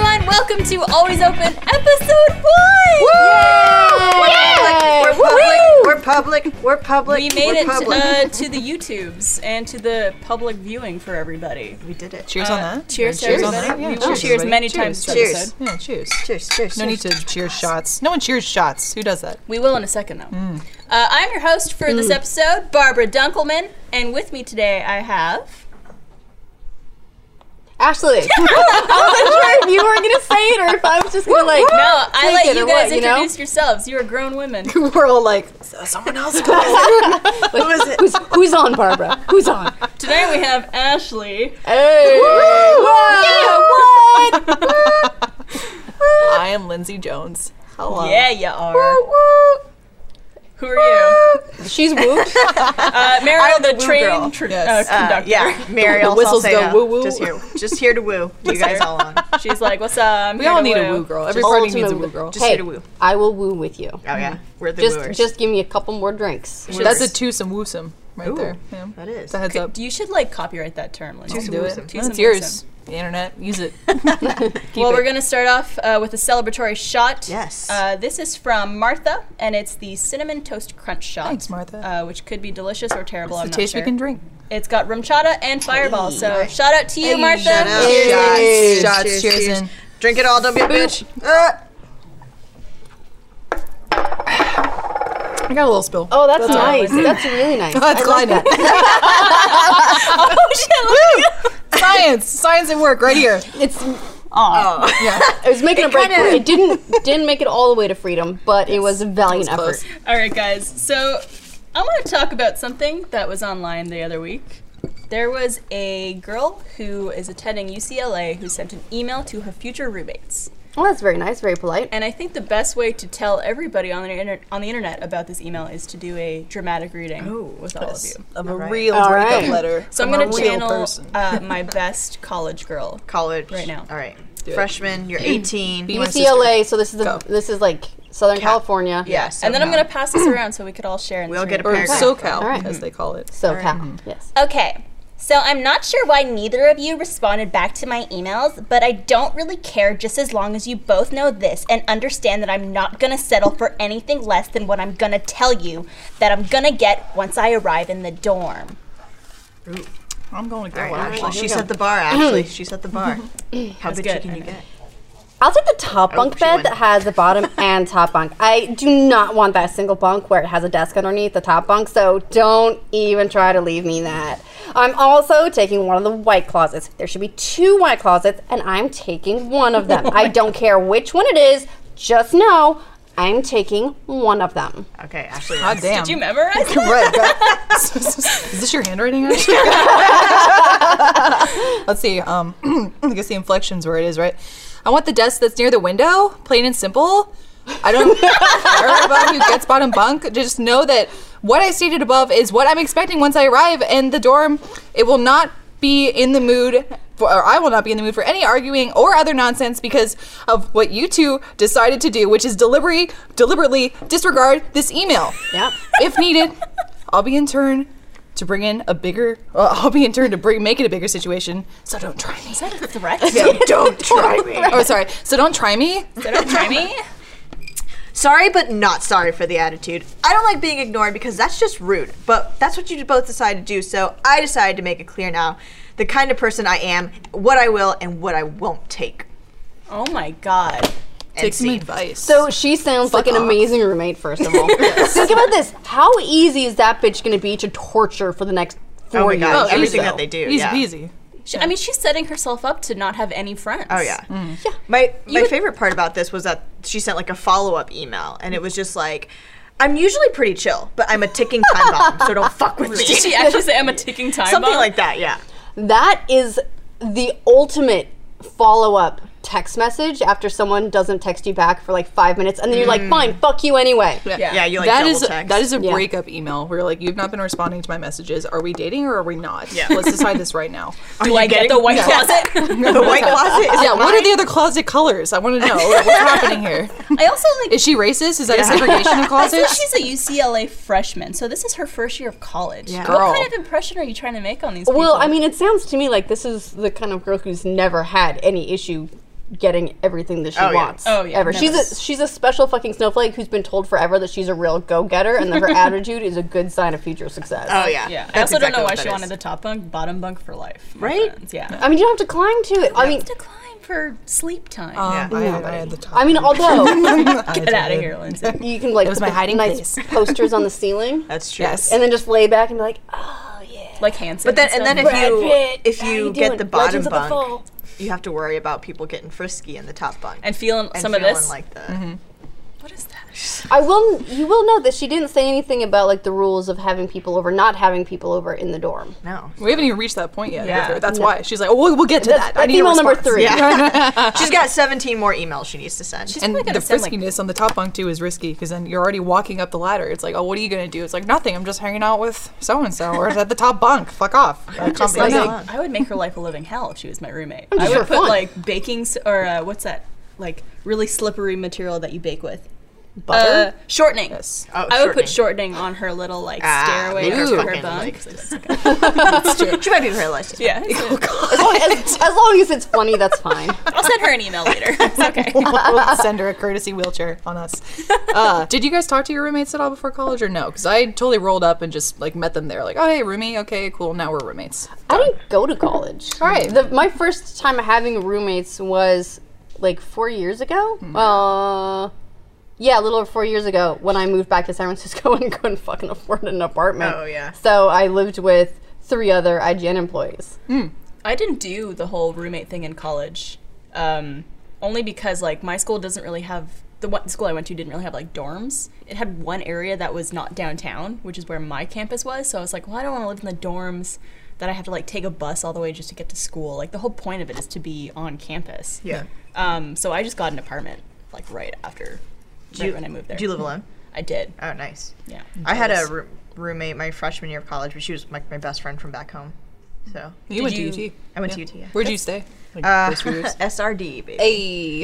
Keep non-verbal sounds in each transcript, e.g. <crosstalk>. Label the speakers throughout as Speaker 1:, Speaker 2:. Speaker 1: welcome to Always Open episode one.
Speaker 2: We're public. We're public. We're public.
Speaker 1: We made
Speaker 2: we're
Speaker 1: it
Speaker 2: public.
Speaker 1: uh, to the YouTubes and to the public viewing for everybody.
Speaker 2: we did it.
Speaker 3: Cheers on that.
Speaker 1: Cheers, to
Speaker 3: cheers on
Speaker 1: everybody.
Speaker 3: that. Yeah,
Speaker 1: we will
Speaker 3: cheers,
Speaker 1: cheers
Speaker 3: everybody.
Speaker 1: many
Speaker 3: Cheers.
Speaker 1: times. this
Speaker 2: Cheers.
Speaker 1: episode.
Speaker 3: Yeah, cheers.
Speaker 2: Cheers. Cheers.
Speaker 3: No need to cheers shots. No one cheers shots. Who does
Speaker 1: <laughs>
Speaker 3: that?
Speaker 1: We will in a second, though. Uh, I'm your host for this episode, Barbara Dunkelman, and with me today I have.
Speaker 4: Ashley. <laughs> I wasn't sure if you were gonna say it or if I was just gonna like. <laughs>
Speaker 1: No, I
Speaker 4: Take
Speaker 1: let
Speaker 4: it
Speaker 1: you
Speaker 4: or
Speaker 1: guys
Speaker 4: what, you know?
Speaker 1: introduce yourselves. You are grown women.
Speaker 4: We're all like,
Speaker 3: Someone else.
Speaker 4: <laughs>
Speaker 3: Go.
Speaker 4: like, Who's, who's on, Barbara? Who's on?
Speaker 1: Today we have Ashley.
Speaker 4: Hey. Whoa. Yeah, what?
Speaker 3: I am Lindsay Jones.
Speaker 2: Oh.
Speaker 3: Hello.
Speaker 1: Yeah, you are. Who are you?
Speaker 4: She's whooped.
Speaker 1: Uh, Meryl, the
Speaker 3: woo
Speaker 1: train
Speaker 3: girl.
Speaker 1: tr-
Speaker 3: Yes.
Speaker 1: uh, conductor.
Speaker 2: Yeah, Mariel
Speaker 3: whistles go
Speaker 2: Salcedo.
Speaker 3: woo woo.
Speaker 2: Just here, <laughs> just here to woo. You guys all on? Oh
Speaker 1: <laughs> She's like, "What's up?"
Speaker 3: We all need a woo girl. Every party needs a woo girl.
Speaker 2: Just
Speaker 4: hey,
Speaker 2: here to woo.
Speaker 4: I will woo with you.
Speaker 2: yeah, we're the
Speaker 4: Just,
Speaker 2: wooers.
Speaker 4: just give me a couple more drinks.
Speaker 3: That's a twosome woosome right
Speaker 2: Ooh,
Speaker 3: there. Yeah.
Speaker 2: that is.
Speaker 3: It's a heads up.
Speaker 1: You should like copyright that term. Lindsay.
Speaker 3: Don't do it.
Speaker 2: woosome.
Speaker 3: No,
Speaker 1: Twosome
Speaker 3: it's yours. The internet. Use it.
Speaker 1: Well,
Speaker 3: it.
Speaker 1: we're gonna start off uh, with a celebratory shot.
Speaker 2: Yes.
Speaker 1: Uh, this is from Martha, and it's the cinnamon toast crunch shot.
Speaker 3: Thanks, Martha.
Speaker 1: Uh, which could be delicious or terrible.
Speaker 3: It's
Speaker 1: I'm
Speaker 3: the
Speaker 1: not
Speaker 3: taste we
Speaker 1: sure.
Speaker 3: can drink.
Speaker 1: It's got rumchata and fireball. So shout out to you, Martha.
Speaker 2: shout
Speaker 1: <laughs>
Speaker 2: out. Hey. Cheers,
Speaker 3: Shots. Shots.
Speaker 2: cheers,
Speaker 3: Cheers,
Speaker 2: cheers.
Speaker 3: in.
Speaker 2: Drink it all. Don't be a bitch. Uh,
Speaker 3: I got a little spill.
Speaker 4: Oh, that's, nice. That's really nice.
Speaker 3: That's
Speaker 4: I like
Speaker 3: gliding.
Speaker 4: that.
Speaker 1: Oh,
Speaker 3: Science. Science at work right here.
Speaker 4: It's
Speaker 3: Oh. Yeah.
Speaker 4: it was making a break.
Speaker 2: kinda-
Speaker 4: for it. It didn't didn't make it all the way to freedom, but it was a valiant effort.
Speaker 3: Close.
Speaker 1: All right, guys. So I want to talk about something that was online the other week. There was a girl who is attending UCLA who sent an email to her future roommates.
Speaker 4: Well, that's very nice. Very polite.
Speaker 1: And I think the best way to tell everybody on the, inter- on the internet about this email is to do a dramatic reading with all of you.
Speaker 3: Of a
Speaker 2: right.
Speaker 3: real
Speaker 4: All
Speaker 3: breakup
Speaker 4: right.
Speaker 3: letter.
Speaker 1: So I'm
Speaker 3: from
Speaker 1: going
Speaker 3: Oh, a
Speaker 1: to
Speaker 3: real
Speaker 1: channel
Speaker 3: person.
Speaker 1: uh, my best college girl.
Speaker 2: college.
Speaker 1: Right now.
Speaker 2: All right.
Speaker 3: it.
Speaker 2: Freshman. <clears throat> You're 18.
Speaker 3: Be
Speaker 2: Yeah.
Speaker 3: my
Speaker 4: UCLA. E So this is
Speaker 3: Go.
Speaker 4: the, this is like Southern California.
Speaker 2: so
Speaker 1: And then I'm
Speaker 2: no.
Speaker 1: going to pass this around so we could all share. in this
Speaker 2: We'll get a
Speaker 1: room.
Speaker 3: or
Speaker 2: paragraph.
Speaker 3: SoCal,
Speaker 4: All right.
Speaker 3: as they call it.
Speaker 4: So Cal. Yes.
Speaker 5: Okay. So I'm not sure why neither of you responded back to my emails, but I don't really care just as long as you both know this and understand that I'm not gonna settle for anything less than what I'm gonna tell you that I'm gonna get once I arrive in the dorm.
Speaker 3: I'm going to go.
Speaker 2: All right,
Speaker 3: out.
Speaker 2: Ashley, she set the bar. Ashley, she set the <clears throat> bar. How bitchy
Speaker 1: good.
Speaker 2: can you get?
Speaker 4: I'll take the top bunk
Speaker 2: she
Speaker 4: bed
Speaker 2: went.
Speaker 4: that has a bottom and top bunk. I do not want that single bunk where it has a desk underneath the top bunk, so don't even try to leave me that. I'm also taking one of the white closets. There should be two white closets, and I'm taking one of them. I don't care which one it is, just know I'm taking one of them.
Speaker 2: Okay, Ashley.
Speaker 3: God damn.
Speaker 1: Did you
Speaker 5: <laughs>
Speaker 1: memorize that?
Speaker 3: Right, right. Is this your handwriting? Ashley? <laughs> Let's see. Um, <clears throat> I guess the inflection's where it is, right? I want the desk that's near the window, plain and simple. I don't care about who gets bottom bunk. Just know that what I stated above is what I'm expecting once I arrive in the dorm. It will not be in the mood, for, or I will not be in the mood for any arguing or other nonsense because of what you two decided to do, which is deliberately, deliberately disregard this email. <laughs>
Speaker 4: Yep.
Speaker 3: If needed, I'll be in turn to bring in a bigger. Uh, I'll be in turn to bring make it a bigger situation. So don't try me.
Speaker 1: Is that a threat?
Speaker 2: <laughs> Don't try me.
Speaker 3: Oh, sorry. So don't try me.
Speaker 1: So don't
Speaker 5: <laughs>
Speaker 1: try me.
Speaker 2: Sorry, but not sorry for the attitude. I don't like being ignored because that's just rude, but that's what you both decided to do, so I decided to make it clear now the kind of person I am, what I will, and what I won't take.
Speaker 1: Oh my god.
Speaker 2: And
Speaker 3: Take some
Speaker 2: see.
Speaker 3: advice.
Speaker 4: So she sounds like an amazing roommate, first
Speaker 2: <laughs>
Speaker 4: of all. Think about this. How easy is that bitch gonna be to torture for the next
Speaker 2: Oh
Speaker 4: four
Speaker 2: my
Speaker 4: years?
Speaker 2: god,
Speaker 3: easy
Speaker 2: everything
Speaker 3: though.
Speaker 2: that they do.
Speaker 3: easy
Speaker 2: yeah.
Speaker 3: peasy.
Speaker 1: She, I mean, she's setting herself up to not have any friends.
Speaker 2: Oh yeah.
Speaker 1: Mm.
Speaker 2: My my favorite part about this was that she sent like a follow up email, and it was just like, I'm usually pretty chill, but I'm a ticking time bomb,
Speaker 1: <laughs>
Speaker 2: so don't fuck with me.
Speaker 1: Did
Speaker 2: <laughs>
Speaker 1: she actually say I'm a ticking time
Speaker 2: Something
Speaker 1: bomb?
Speaker 2: like that, yeah.
Speaker 4: That is the ultimate follow up text message after someone doesn't text you back for like five minutes and then you're like, fine, fuck you anyway.
Speaker 1: Yeah.
Speaker 2: Mm. Yeah, you like
Speaker 3: that
Speaker 2: double
Speaker 3: is
Speaker 2: text.
Speaker 3: that is a
Speaker 4: Yeah.
Speaker 3: breakup email where you're like you've not been responding to my messages. Are we dating or are we not?
Speaker 2: Yeah.
Speaker 3: Let's decide this right now.
Speaker 1: Do I get the white
Speaker 2: <laughs>
Speaker 1: closet?
Speaker 2: <laughs> the white closet? Is
Speaker 3: <laughs> yeah.
Speaker 2: it
Speaker 3: What are
Speaker 2: mine?
Speaker 3: the other closet colors? I want to know what's happening <laughs> here.
Speaker 1: I also like.
Speaker 3: Is she racist? Is that a <laughs> segregation
Speaker 2: <laughs>
Speaker 3: of
Speaker 1: So
Speaker 3: closets?
Speaker 1: she's a UCLA freshman, so this is her first year of college.
Speaker 2: Yeah.
Speaker 3: Girl.
Speaker 1: What kind of impression are you trying to make on these people?
Speaker 4: Well, I mean, it sounds to me like this is the kind of girl who's never had any issue getting everything that she
Speaker 2: Oh, yeah.
Speaker 4: wants.
Speaker 1: Oh, yeah,
Speaker 4: Ever. She's a
Speaker 1: Nevis.
Speaker 4: she's a special fucking snowflake who's been told forever that she's a real go getter and
Speaker 2: <laughs>
Speaker 4: that her attitude is a good sign of future success.
Speaker 2: <laughs> Oh yeah.
Speaker 1: Yeah. I
Speaker 2: That's
Speaker 1: also don't
Speaker 2: exactly
Speaker 1: know why
Speaker 2: what
Speaker 1: she
Speaker 2: that is.
Speaker 1: wanted the top bunk, bottom bunk for life. my
Speaker 2: Right?
Speaker 1: friends. Yeah. <laughs>
Speaker 4: I mean, you don't have to climb to it. I mean,
Speaker 1: to climb for sleep time.
Speaker 2: Yeah.
Speaker 3: Um, I had, I had the top.
Speaker 4: I
Speaker 3: <laughs>
Speaker 4: mean, although
Speaker 1: Get out of here, Lindsay.
Speaker 2: <laughs>
Speaker 4: you can like
Speaker 3: was
Speaker 4: put
Speaker 3: my
Speaker 4: the
Speaker 3: hiding
Speaker 4: nice
Speaker 3: place.
Speaker 4: <laughs> posters on
Speaker 3: <laughs>
Speaker 4: the ceiling
Speaker 2: That's true.
Speaker 3: yes.
Speaker 4: and then just lay back and be like, oh,
Speaker 1: like Hanson.
Speaker 2: But then,
Speaker 1: stuff.
Speaker 2: and then if
Speaker 4: Brad
Speaker 2: you
Speaker 4: Pitt,
Speaker 2: if
Speaker 4: how you
Speaker 2: you, get
Speaker 4: doing?
Speaker 2: the bottom
Speaker 4: Legends of the
Speaker 2: bunk,
Speaker 4: Fall.
Speaker 2: you have to worry about people getting frisky in the top bunk
Speaker 1: and feeling
Speaker 2: and
Speaker 1: some of
Speaker 2: feeling
Speaker 1: this. Mm-hmm.
Speaker 2: like the
Speaker 1: what is that?
Speaker 4: I will. You will know that she didn't say anything about like the rules of having people over, not having people over in the dorm.
Speaker 2: no.
Speaker 3: we haven't even reached that point yet.
Speaker 1: Yeah.
Speaker 3: Yeah. That's why she's like, oh, we'll, we'll get to that. I
Speaker 4: That's
Speaker 3: need a
Speaker 4: email number
Speaker 3: response.
Speaker 4: three.
Speaker 2: She's got 17 more emails she needs to send.
Speaker 1: She's
Speaker 3: And
Speaker 1: probably gonna
Speaker 3: the
Speaker 1: sound like
Speaker 3: friskiness on the top bunk too is risky because then you're already walking up the ladder. It's like, oh, what are you gonna do? It's like nothing. I'm just hanging out with so and so, or it's at the top bunk. Fuck off. Uh, I can't
Speaker 1: just
Speaker 3: be
Speaker 1: like,
Speaker 3: like-
Speaker 1: I would make her life a living hell if she was my roommate. I
Speaker 4: just
Speaker 1: would
Speaker 4: for
Speaker 1: put
Speaker 4: fun.
Speaker 1: like baking s- or uh, what's that? Like really slippery material that you bake with.
Speaker 4: Butter?
Speaker 1: Uh, shortening.
Speaker 2: Oh,
Speaker 1: I would put shortening on her little like
Speaker 2: Ah,
Speaker 1: stairway
Speaker 2: make her
Speaker 1: to her
Speaker 2: fucking, like-
Speaker 1: bunk. So that's okay.
Speaker 2: she might be paralyzed.
Speaker 1: yeah.
Speaker 4: as, as long as it's funny, that's fine.
Speaker 3: <laughs>
Speaker 1: I'll send her an email
Speaker 2: <laughs>
Speaker 1: later. It's okay.
Speaker 3: we'll send her a courtesy wheelchair on us. Uh, did you guys talk to your roommates at all before college or no? Because I totally rolled up and just like met them there. Like, oh hey, roomie. Okay, cool. Now we're roommates.
Speaker 4: I didn't go to college. All
Speaker 3: right.
Speaker 4: The, my first time having roommates was like four years ago.
Speaker 2: Mm.
Speaker 4: Uh, yeah, a little over four years ago when I moved back to San Francisco <laughs> and couldn't fucking afford an apartment.
Speaker 2: Oh, yeah.
Speaker 4: So I lived with three other IGN employees.
Speaker 1: I didn't do the whole roommate thing in college, um, only because like my school doesn't really have the one school I went to didn't really have like dorms. It had one area that was not downtown, which is where my campus was. So I was like, well, I don't want to live in the dorms that I have to like take a bus all the way just to get to school. Like the whole point of it is to be on campus.
Speaker 2: Yeah.
Speaker 1: Um, so I just got an apartment like right after right when I moved there.
Speaker 2: Do you live alone?
Speaker 1: I did.
Speaker 2: Oh, nice.
Speaker 1: Yeah.
Speaker 2: I had a roo- roommate my freshman year of college, but she was like my best friend from back home. So
Speaker 3: You
Speaker 1: Did
Speaker 3: went
Speaker 1: you-
Speaker 3: to UT.
Speaker 2: I went to UT. yeah.
Speaker 3: Where'd you stay? Like,
Speaker 2: Uh,
Speaker 3: first
Speaker 2: <laughs>
Speaker 3: few years?
Speaker 2: SRD, baby.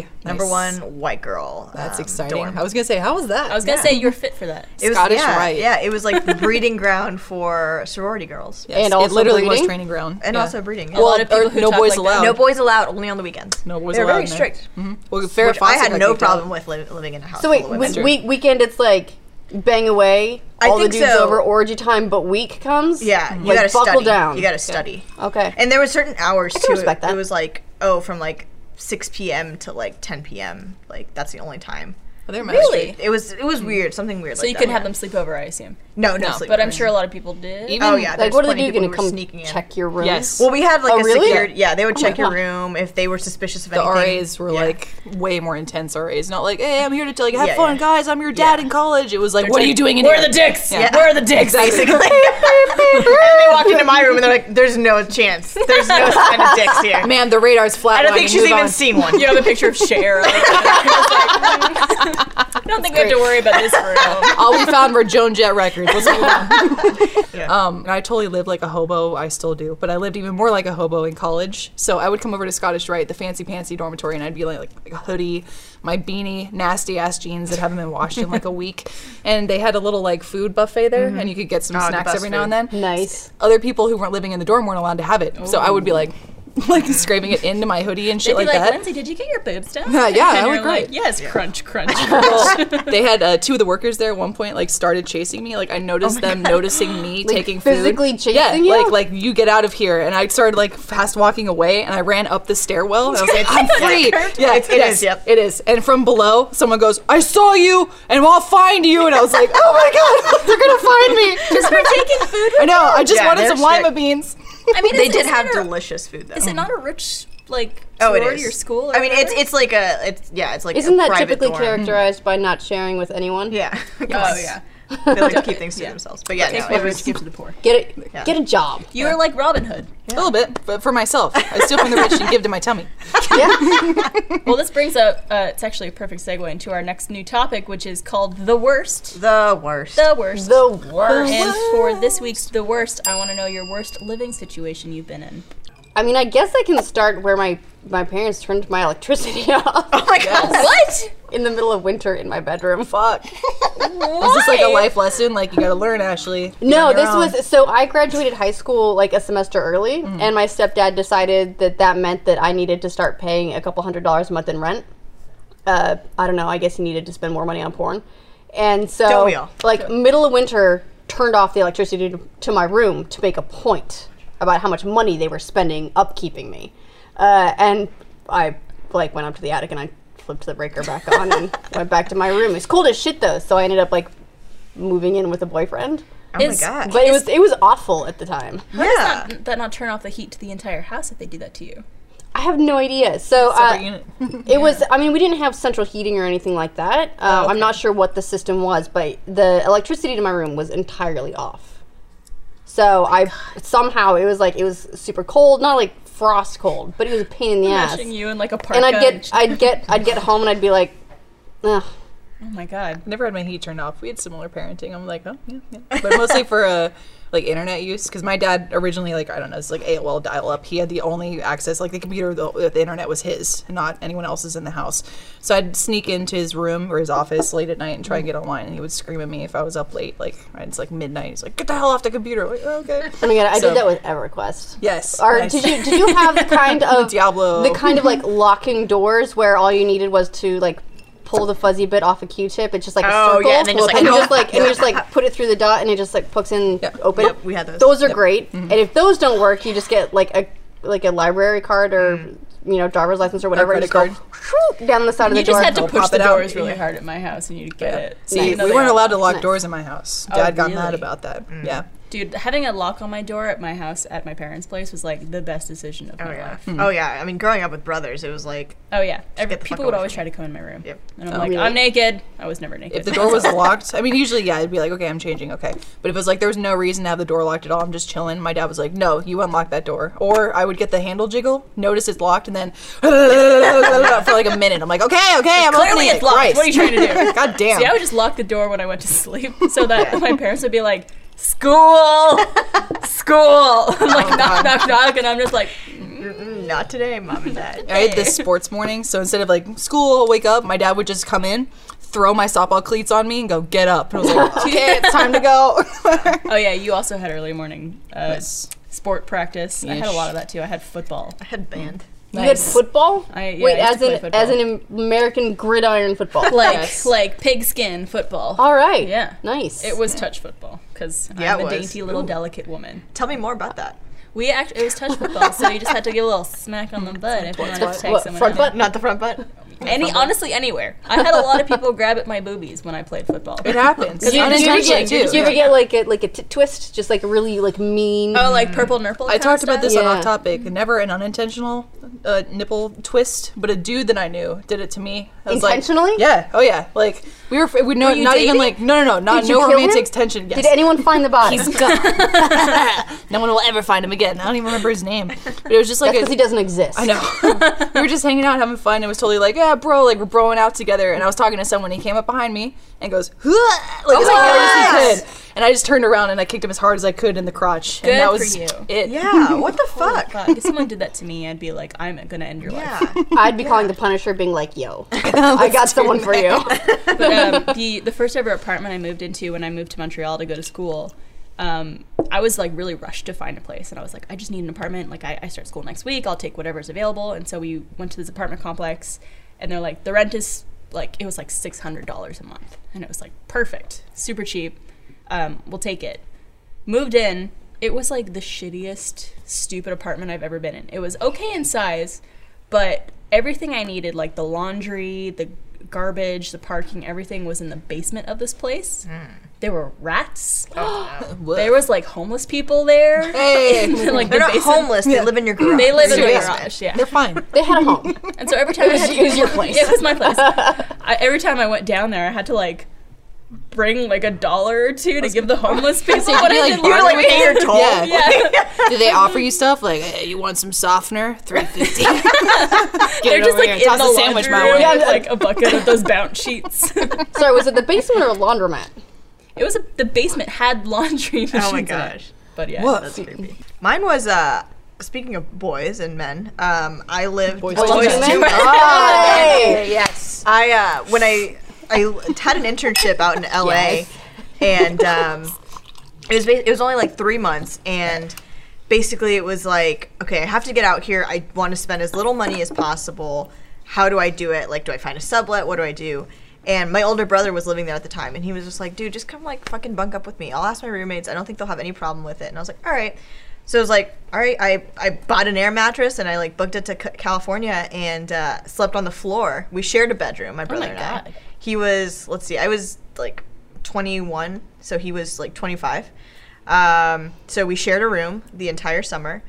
Speaker 3: Hey,
Speaker 2: Number
Speaker 3: nice.
Speaker 2: one white girl.
Speaker 3: That's
Speaker 2: um,
Speaker 3: exciting.
Speaker 2: dorm.
Speaker 3: I was gonna say, how was that?
Speaker 1: I was gonna say you were fit for that.
Speaker 2: It was,
Speaker 3: Scottish
Speaker 2: yeah,
Speaker 3: Rite.
Speaker 2: Yeah, it was like the breeding ground for sorority girls.
Speaker 3: Yes,
Speaker 4: And
Speaker 3: it
Speaker 4: also
Speaker 3: literally was
Speaker 4: breeding?
Speaker 3: training ground.
Speaker 2: And
Speaker 3: yeah.
Speaker 2: also breeding. yeah.
Speaker 3: Well,
Speaker 1: lot of people
Speaker 3: or
Speaker 1: who
Speaker 3: no
Speaker 1: talk like
Speaker 3: boys
Speaker 1: that.
Speaker 3: allowed.
Speaker 2: no boys allowed, only on the weekends.
Speaker 3: No boys
Speaker 2: They're
Speaker 3: allowed
Speaker 2: very
Speaker 3: in there.
Speaker 2: strict.
Speaker 3: Mm-hmm. Well, Farrah
Speaker 2: Which I
Speaker 3: Fawcett
Speaker 2: had
Speaker 3: got
Speaker 2: no
Speaker 3: kicked out.
Speaker 2: problem with li- living in a house full
Speaker 4: So wait,
Speaker 2: of
Speaker 4: was
Speaker 2: women.
Speaker 4: week weekend it's like bang away,
Speaker 2: I
Speaker 4: all the
Speaker 2: think
Speaker 4: dudes
Speaker 2: so.
Speaker 4: over, orgy time, but week comes.
Speaker 2: yeah, you
Speaker 4: like,
Speaker 2: gotta
Speaker 4: buckle
Speaker 2: study.
Speaker 4: down.
Speaker 2: You gotta study.
Speaker 4: okay.
Speaker 2: And there were certain hours too.
Speaker 4: respect
Speaker 2: it,
Speaker 4: that.
Speaker 2: it was like oh, from like 6 p.m. to like 10 p.m. Like that's the only time.
Speaker 3: Oh, they're
Speaker 1: Really?
Speaker 2: It was it was weird. Something weird.
Speaker 1: So you could have them sleep over, I assume.
Speaker 2: No, no,
Speaker 3: No,
Speaker 2: sleep
Speaker 1: But I'm
Speaker 2: rooms.
Speaker 1: sure a lot of people did.
Speaker 3: Even
Speaker 2: Oh yeah,
Speaker 4: like
Speaker 2: there's
Speaker 4: what are
Speaker 2: plenty
Speaker 4: they
Speaker 2: of people
Speaker 4: do?
Speaker 2: who
Speaker 4: Gonna
Speaker 2: were
Speaker 4: come
Speaker 2: sneaking in.
Speaker 4: check your room?
Speaker 3: Yes.
Speaker 2: Well, we had like
Speaker 4: Oh,
Speaker 2: a
Speaker 4: really?
Speaker 2: security. Yeah, they would check your
Speaker 4: God.
Speaker 2: room if they were suspicious of
Speaker 3: the
Speaker 2: anything.
Speaker 3: RAs were
Speaker 2: Yeah.
Speaker 3: like way more intense RAs. Not like, hey, I'm here to like have
Speaker 2: Yeah,
Speaker 3: fun,
Speaker 2: yeah.
Speaker 3: guys. I'm your dad in college. It was like, what are you doing in
Speaker 1: Where
Speaker 3: here?
Speaker 1: are the dicks?
Speaker 3: Yeah.
Speaker 1: Where are the dicks?
Speaker 2: <laughs> basically. and they walked into my room and they're like, "There's no chance. There's no sign of dicks <laughs> here."
Speaker 3: <laughs> Man, the radar's flat.
Speaker 2: I don't think she's even seen one.
Speaker 1: <laughs> You
Speaker 2: <laughs>
Speaker 1: have a picture of <laughs> Cher. Like, "Hmm." I don't think we have to worry about this for real.
Speaker 3: <laughs> All we found were Joan Jett records. Let's move on. Um, and I totally lived like a hobo. I still do, but I lived even more like a hobo in college. So I would come over to Scottish Rite, the fancy pantsy dormitory, and I'd be like, like a hoodie, my beanie, nasty ass jeans that haven't been washed in like a week. And they had a little like food buffet there, and you could get some
Speaker 2: the
Speaker 3: snacks
Speaker 2: best
Speaker 3: every now
Speaker 2: food.
Speaker 3: and then.
Speaker 4: Nice.
Speaker 3: other people who weren't living in the dorm weren't allowed to have it. So I would be like, <laughs> like scraping it into my hoodie and
Speaker 1: They'd
Speaker 3: shit
Speaker 1: be
Speaker 3: like,
Speaker 1: like,
Speaker 3: that.
Speaker 1: Lindsay, did you get your boobs
Speaker 2: <laughs>
Speaker 1: done?
Speaker 3: Yeah, yeah,
Speaker 1: and
Speaker 3: I
Speaker 1: you're
Speaker 3: look
Speaker 1: like,
Speaker 3: great.
Speaker 1: yes, crunch, <laughs> crunch, crunch.
Speaker 3: <laughs> they had uh, two of the workers there at one point like started chasing me. Like I
Speaker 2: Oh
Speaker 3: noticed them noticing me taking food.
Speaker 4: physically chasing
Speaker 3: yeah,
Speaker 4: you?
Speaker 3: like like you get out of here. And I started like fast walking away, and I ran up the stairwell. And I was like,
Speaker 2: <laughs>
Speaker 3: I'm free. Yeah,
Speaker 2: It's- it
Speaker 3: yes,
Speaker 2: is, yep.
Speaker 3: it is. And from below, someone goes, I saw you, and I'll find you. And I was like, Oh my god, <laughs> they're gonna find me just for taking food. I know. I just
Speaker 2: Yeah,
Speaker 3: wanted
Speaker 2: they're
Speaker 3: some lima
Speaker 2: strict.
Speaker 3: beans. <laughs>
Speaker 1: I mean,
Speaker 2: They
Speaker 1: is-
Speaker 2: did
Speaker 1: isn't
Speaker 2: have
Speaker 1: it a-
Speaker 2: delicious food though.
Speaker 1: Is it not a rich like
Speaker 2: Oh,
Speaker 1: sorority
Speaker 2: it is.
Speaker 1: or school? Or
Speaker 2: I mean, it's
Speaker 1: whatever?
Speaker 2: it's like a it's yeah, it's like
Speaker 4: Isn't
Speaker 2: a
Speaker 4: that
Speaker 2: private
Speaker 4: typically
Speaker 2: dorm.
Speaker 4: characterized by not sharing with anyone?
Speaker 2: <laughs> Yeah.
Speaker 1: oh yeah.
Speaker 2: <laughs> they like to
Speaker 1: <laughs>
Speaker 2: keep things to themselves. But yeah,
Speaker 1: Take
Speaker 2: no, it
Speaker 1: what
Speaker 2: was
Speaker 1: rich give to the poor.
Speaker 4: Get a, get
Speaker 2: <laughs>
Speaker 4: a job.
Speaker 1: You are like Robin Hood.
Speaker 3: A little bit, but for myself, I steal from the rich and give to my tummy.
Speaker 1: Well, this brings up. Uh, it's actually a perfect segue into our next new topic, which is called the worst.
Speaker 2: the worst.
Speaker 1: The worst.
Speaker 4: <laughs> The worst.
Speaker 1: and for this week's the worst, I want to know your worst living situation you've been in.
Speaker 4: I mean, I guess I can start where my my parents turned my electricity <laughs> off.
Speaker 2: Oh my god.
Speaker 5: What?
Speaker 4: in the middle of winter in my bedroom. Fuck. <laughs>
Speaker 3: Is this like a life lesson? Like you gotta learn, Ashley.
Speaker 4: No,
Speaker 3: on your
Speaker 4: this
Speaker 3: own.
Speaker 4: was so I graduated high school like a semester early,
Speaker 2: Mm.
Speaker 4: and my stepdad decided that that meant that I needed to start paying a couple hundred dollars a month in rent. Uh, I don't know. I guess he needed to spend more money on porn, and so
Speaker 2: Don't we all?
Speaker 4: like middle of winter turned off the electricity to, to my room to make a point about how much money they were spending upkeeping me, uh, and I like went up to the attic and I flipped the breaker back
Speaker 2: <laughs>
Speaker 4: on and went back to my room. It was cold as shit though, so I ended up like moving in with a boyfriend.
Speaker 2: Oh my
Speaker 1: Is-
Speaker 2: god.
Speaker 4: But it was it was awful at the time.
Speaker 2: yeah.
Speaker 1: Does that not turn off the heat to the entire house if they do that to you?
Speaker 4: I have no idea. So
Speaker 3: Separate
Speaker 4: uh,
Speaker 3: unit.
Speaker 4: it was. I mean, we didn't have central heating or anything like that. Uh, I'm not sure what the system was, but the electricity to my room was entirely off. So I somehow it was like it was super cold, not like frost cold, but it was a pain in the ass.
Speaker 1: Smashing you in like uh, a parka.
Speaker 4: And I'd get I'd get I'd get home and I'd be like, Ugh.
Speaker 1: oh my god.
Speaker 3: Never had my heat turned off. We had similar parenting. I'm like, oh yeah, yeah. But mostly for uh, like internet use, because my dad originally like I don't know, it's like AOL dial up. He had the only access, like the computer, the, the internet was his, not anyone else's in the house. So I'd sneak into his room or his office late at night and try and get online, and he would scream at me if I was up late, like right, it's like midnight. He's like, get the hell off the computer. I'm like, "Oh, okay.
Speaker 4: Oh my god! I
Speaker 3: So-
Speaker 4: did that with EverQuest.
Speaker 3: Yes.
Speaker 4: Or
Speaker 3: nice.
Speaker 4: did you did you have the kind of
Speaker 3: Diablo.
Speaker 4: the kind of like locking doors where all you needed was to like pull the fuzzy bit off a Q-tip? It's just like a
Speaker 2: Oh,
Speaker 4: circle,
Speaker 2: yeah, and then just, like,
Speaker 4: you just like and you just like put it through the dot, and it just like pokes in,
Speaker 3: Yep.
Speaker 4: open.
Speaker 2: Yep, we had those.
Speaker 4: Those are great, and if those don't work, you just get like a like a library card or you know driver's license or whatever, and
Speaker 3: credit
Speaker 4: just go whoop, down the side of
Speaker 1: You
Speaker 4: the door.
Speaker 1: just had to push
Speaker 3: pop
Speaker 1: the
Speaker 3: it out.
Speaker 1: doors really hard at my house and you'd get it.
Speaker 3: See,
Speaker 1: Even though
Speaker 3: we
Speaker 1: they
Speaker 3: weren't
Speaker 1: all-
Speaker 3: allowed to lock
Speaker 4: Nice.
Speaker 3: doors in my house. Dad got mad
Speaker 1: really?
Speaker 3: about that. Yeah.
Speaker 1: Dude, having a lock on my door at my house at my parents' place was like the best decision of
Speaker 2: Oh
Speaker 1: my
Speaker 2: yeah.
Speaker 1: life.
Speaker 2: Oh yeah. I mean, growing up with brothers, it was like
Speaker 1: Oh yeah. Every,
Speaker 2: get the fuck
Speaker 1: people would
Speaker 2: away
Speaker 1: always
Speaker 2: from
Speaker 1: try to come in my room.
Speaker 2: Yep.
Speaker 1: And I'm like,
Speaker 4: Really?
Speaker 1: I'm naked. I was never
Speaker 3: If
Speaker 1: naked.
Speaker 3: the door was locked, I mean, usually, yeah, I'd be like, okay, I'm changing, okay. But if it was like there was no reason to have the door locked at all, I'm just chilling. My dad was like, no, you unlock that door. Or I would get the handle jiggle, notice it's locked, and then <laughs> for like a minute. I'm like, okay, okay, I'm
Speaker 1: Clearly
Speaker 3: opening
Speaker 1: it's
Speaker 3: it.
Speaker 1: locked.
Speaker 3: Christ.
Speaker 1: What are
Speaker 3: <laughs>
Speaker 1: you trying to do?
Speaker 3: God damn.
Speaker 1: See, I would just lock the door when I went to sleep <laughs> so that my parents would be like, school, school. <laughs> I'm
Speaker 3: Oh,
Speaker 1: like, knock, knock, knock. And I'm just like,
Speaker 2: not today, mom and dad.
Speaker 3: I had this sports morning, so instead of like school, wake up, my dad would just come in, throw my softball cleats on me, and go get up. And I was like,
Speaker 1: <laughs>
Speaker 3: okay, it's time to go.
Speaker 1: oh yeah, you also had early morning uh,
Speaker 3: Yes.
Speaker 1: sport practice. I had a
Speaker 3: Ish.
Speaker 1: lot of that too. I had football.
Speaker 2: <laughs> Headband.
Speaker 4: You had football?
Speaker 1: I- yeah,
Speaker 4: Wait,
Speaker 1: I used
Speaker 4: as
Speaker 1: to play
Speaker 4: an as an American gridiron football.
Speaker 1: Like,
Speaker 3: Yes.
Speaker 1: like pigskin football.
Speaker 4: all right.
Speaker 1: Yeah.
Speaker 4: Nice.
Speaker 1: It was touch football because
Speaker 2: Yeah,
Speaker 1: I'm
Speaker 2: it
Speaker 1: a
Speaker 2: was.
Speaker 1: dainty little delicate woman.
Speaker 2: Tell me more about that.
Speaker 1: We actually it was touch football, so you just had to give a little smack on the butt if you wanted to tag
Speaker 4: Mm, What,
Speaker 1: someone
Speaker 4: front
Speaker 1: out.
Speaker 4: butt?
Speaker 2: Not the front <laughs> butt.
Speaker 1: Any honestly anywhere. I had a lot of people grab at my boobies when I played
Speaker 4: <laughs>
Speaker 1: football.
Speaker 3: It happens.
Speaker 4: Do you, do you ever
Speaker 3: Unintentionally,
Speaker 4: get, do
Speaker 3: too.
Speaker 4: you ever get like a like a tit twist, just like a really like mean?
Speaker 1: Oh, like purple nurple.
Speaker 3: I talked about this on
Speaker 4: Yeah.
Speaker 3: Off Topic. Never an unintentional uh, nipple twist, but a dude that I knew did it to me. I was like-
Speaker 4: Intentionally?
Speaker 3: yeah. Oh yeah. Like we were. We no,
Speaker 1: you
Speaker 3: not even
Speaker 1: dating?
Speaker 3: like no, no, no, not
Speaker 4: Did you
Speaker 3: no
Speaker 4: kill him?
Speaker 3: romantic tension. Yes.
Speaker 4: Did anyone find the body? That's
Speaker 3: no one will ever find him again. I don't even remember his name. But it was just like
Speaker 4: because he
Speaker 3: a,
Speaker 4: doesn't exist.
Speaker 3: I know. <laughs> we were just hanging out, having fun. It was totally like, yeah, bro, like we're broing out together. And I was talking to someone. He came up behind me and goes, "Huh," like as hard as he could. And I just turned around and I kicked him as hard as I could in the crotch.
Speaker 1: Good
Speaker 3: and that
Speaker 1: for
Speaker 3: was
Speaker 1: you.
Speaker 3: it.
Speaker 2: Yeah. What <laughs> the fuck?
Speaker 1: God, if someone did that to me, I'd be like, I'm gonna end your life.
Speaker 2: Yeah.
Speaker 4: I'd be calling the Punisher, being
Speaker 3: <laughs>
Speaker 4: like, "Yo, I got someone for you."
Speaker 1: But um, the the first ever apartment I moved into when I moved to Montreal to go to school, um, I was like really rushed to find a place, and I was like, I just need an apartment. Like I, I start school next week, I'll take whatever's available. And so we went to this apartment complex, and they're like, the rent is like it was like six hundred dollars a month, and it was like perfect, super cheap. Um, we'll take it. Moved in. It was like the shittiest, stupid apartment I've ever been in. It was okay in size, but everything I needed, like the laundry, the garbage, the parking, everything was in the basement of this place. There were rats. <gasps> there was like homeless people there. <laughs>
Speaker 3: <laughs> Hey.
Speaker 1: And, like
Speaker 2: They're
Speaker 1: the
Speaker 2: not
Speaker 1: basement-
Speaker 2: homeless. They live in your garage.
Speaker 1: They live in the
Speaker 3: Seriously.
Speaker 1: garage, yeah.
Speaker 3: They're fine.
Speaker 4: <laughs> They had a home.
Speaker 1: And so every time I had
Speaker 4: It was your place.
Speaker 1: it was my place. I, every time I went down there, I had to like bring like a dollar or two to give the homeless people.
Speaker 3: you'd
Speaker 1: what
Speaker 3: be,
Speaker 1: I
Speaker 3: like,
Speaker 1: did
Speaker 3: you're,
Speaker 1: learn
Speaker 2: like
Speaker 1: was-
Speaker 2: pay your toll.
Speaker 3: Yeah.
Speaker 1: <laughs> yeah.
Speaker 3: Do they offer <laughs> you stuff like hey, you want some softener? Three <laughs> fifty.
Speaker 1: They're just like in
Speaker 3: toss
Speaker 1: the
Speaker 3: a sandwich my
Speaker 1: laundry room
Speaker 3: way.
Speaker 1: with, like a bucket of those bounce sheets.
Speaker 4: Sorry, was it the basement or a laundromat?
Speaker 1: <laughs> It was a, the basement had laundry <laughs> machines.
Speaker 2: Oh my
Speaker 1: in it.
Speaker 2: gosh.
Speaker 1: But yeah.
Speaker 3: Woof.
Speaker 2: That's creepy. Mine was uh speaking of boys and men, um, I lived.
Speaker 3: Boys
Speaker 2: Well,
Speaker 3: to
Speaker 2: boys
Speaker 3: men.
Speaker 2: to men. Uh,
Speaker 4: Yes.
Speaker 2: <laughs>
Speaker 1: <laughs>
Speaker 2: I uh, when I I had an internship out in LA,
Speaker 4: Yes.
Speaker 2: and um, it was ba- it was only like three months, and basically it was like, okay, I have to get out here. I want to spend as little money as possible. How do I do it? Like, do I find a sublet? What do I do? And my older brother was living there at the time, and he was just like, dude, just come like fucking bunk up with me. I'll ask my roommates. I don't think they'll have any problem with it. And I was like, all right. So it was like, all right, I, I bought an air mattress and I like booked it to C- California and uh, slept on the floor. We shared a bedroom, my brother and I.
Speaker 1: God.
Speaker 2: He was, let's see, I was like 21, so he was like 25. Um, so we shared a room the entire summer.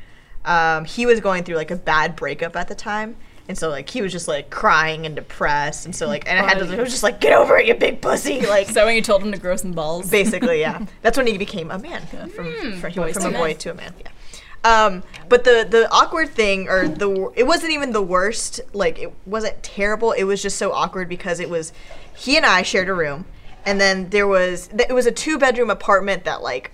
Speaker 2: Um, he was going through like a bad breakup at the time. And so like he was just like crying and depressed, and so like and I had to I was just like get over it, you big pussy, like
Speaker 1: So when you told him to grow some balls,
Speaker 2: <laughs> basically yeah that's when he became a man from, from, he went from
Speaker 1: to
Speaker 2: a boy to a man yeah um, but the the awkward thing or the wor- it wasn't even the worst like it wasn't terrible it was just so awkward because it was he and i shared a room and then there was th- it was a two bedroom apartment that like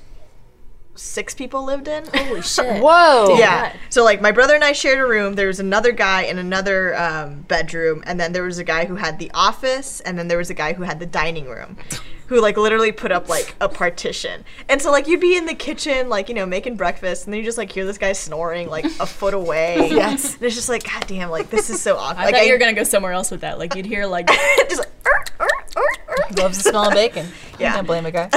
Speaker 2: six people lived in
Speaker 5: Holy shit.
Speaker 4: Whoa.
Speaker 2: Oh, yeah. So like my brother and I shared a room. There was another guy in another um, bedroom, and then there was a guy who had the office, and then there was a guy who had the dining
Speaker 1: <laughs>
Speaker 2: room, who like literally put up like a partition. And so like you'd be in the kitchen, like you know making breakfast, and then you just like hear this guy snoring like a
Speaker 1: <laughs>
Speaker 2: foot away. yes. And it's just like God damn, like this is so awkward.
Speaker 1: I
Speaker 2: like
Speaker 1: thought you were gonna go somewhere else with that. Like you'd hear like is
Speaker 2: <laughs> just like, "Er, er, er, er."
Speaker 3: Loves the smell of bacon.
Speaker 2: Yeah.
Speaker 3: Can't blame a guy.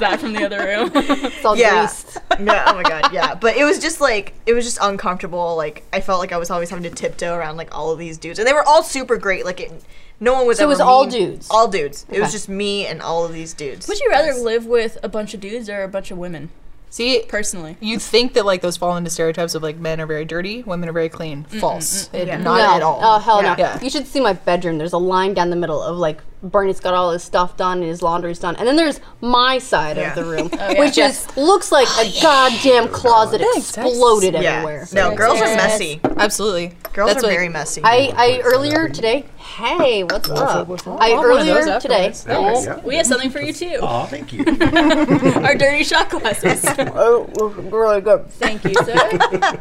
Speaker 1: that from the other <laughs> room?
Speaker 4: It's all
Speaker 2: yeah. <laughs>
Speaker 4: greased.
Speaker 2: yeah. Oh my god. Yeah. But it was just like it was just uncomfortable. Like I felt like I was always having to tiptoe around like all of these dudes, and they were all super great. Like it, no one was.
Speaker 4: So it
Speaker 2: ever
Speaker 4: was all
Speaker 2: mean.
Speaker 4: dudes?
Speaker 2: All dudes. It was just me and all of these dudes.
Speaker 1: Would you rather live with a bunch of dudes or a bunch of women?
Speaker 3: See,
Speaker 1: Personally,
Speaker 3: you think that like those fall into stereotypes of like men are very dirty, women are very clean. False. It- Not
Speaker 4: No.
Speaker 3: at all.
Speaker 4: Oh hell
Speaker 2: Yeah.
Speaker 4: no!
Speaker 3: Yeah.
Speaker 4: You should see my bedroom. There's a line down the middle of like Bernie's got all his stuff done and his laundry's done, and then there's my side
Speaker 2: Yeah. Oh,
Speaker 4: of the
Speaker 2: <laughs>
Speaker 4: room, which is looks like a goddamn closet exploded
Speaker 2: Yeah.
Speaker 4: everywhere.
Speaker 2: No, girls are messy.
Speaker 3: Absolutely.
Speaker 2: Girls
Speaker 3: That's
Speaker 2: are
Speaker 3: what-
Speaker 2: very messy.
Speaker 4: I, I earlier today. Hey, what's up? I
Speaker 3: I'll have one of those
Speaker 4: earlier today.
Speaker 3: afterwards.
Speaker 4: Oh,
Speaker 1: we have something for you too.
Speaker 6: Oh, thank <laughs> you.
Speaker 1: Our dirty shot glasses.
Speaker 4: oh, really good.
Speaker 1: Thank you, sir.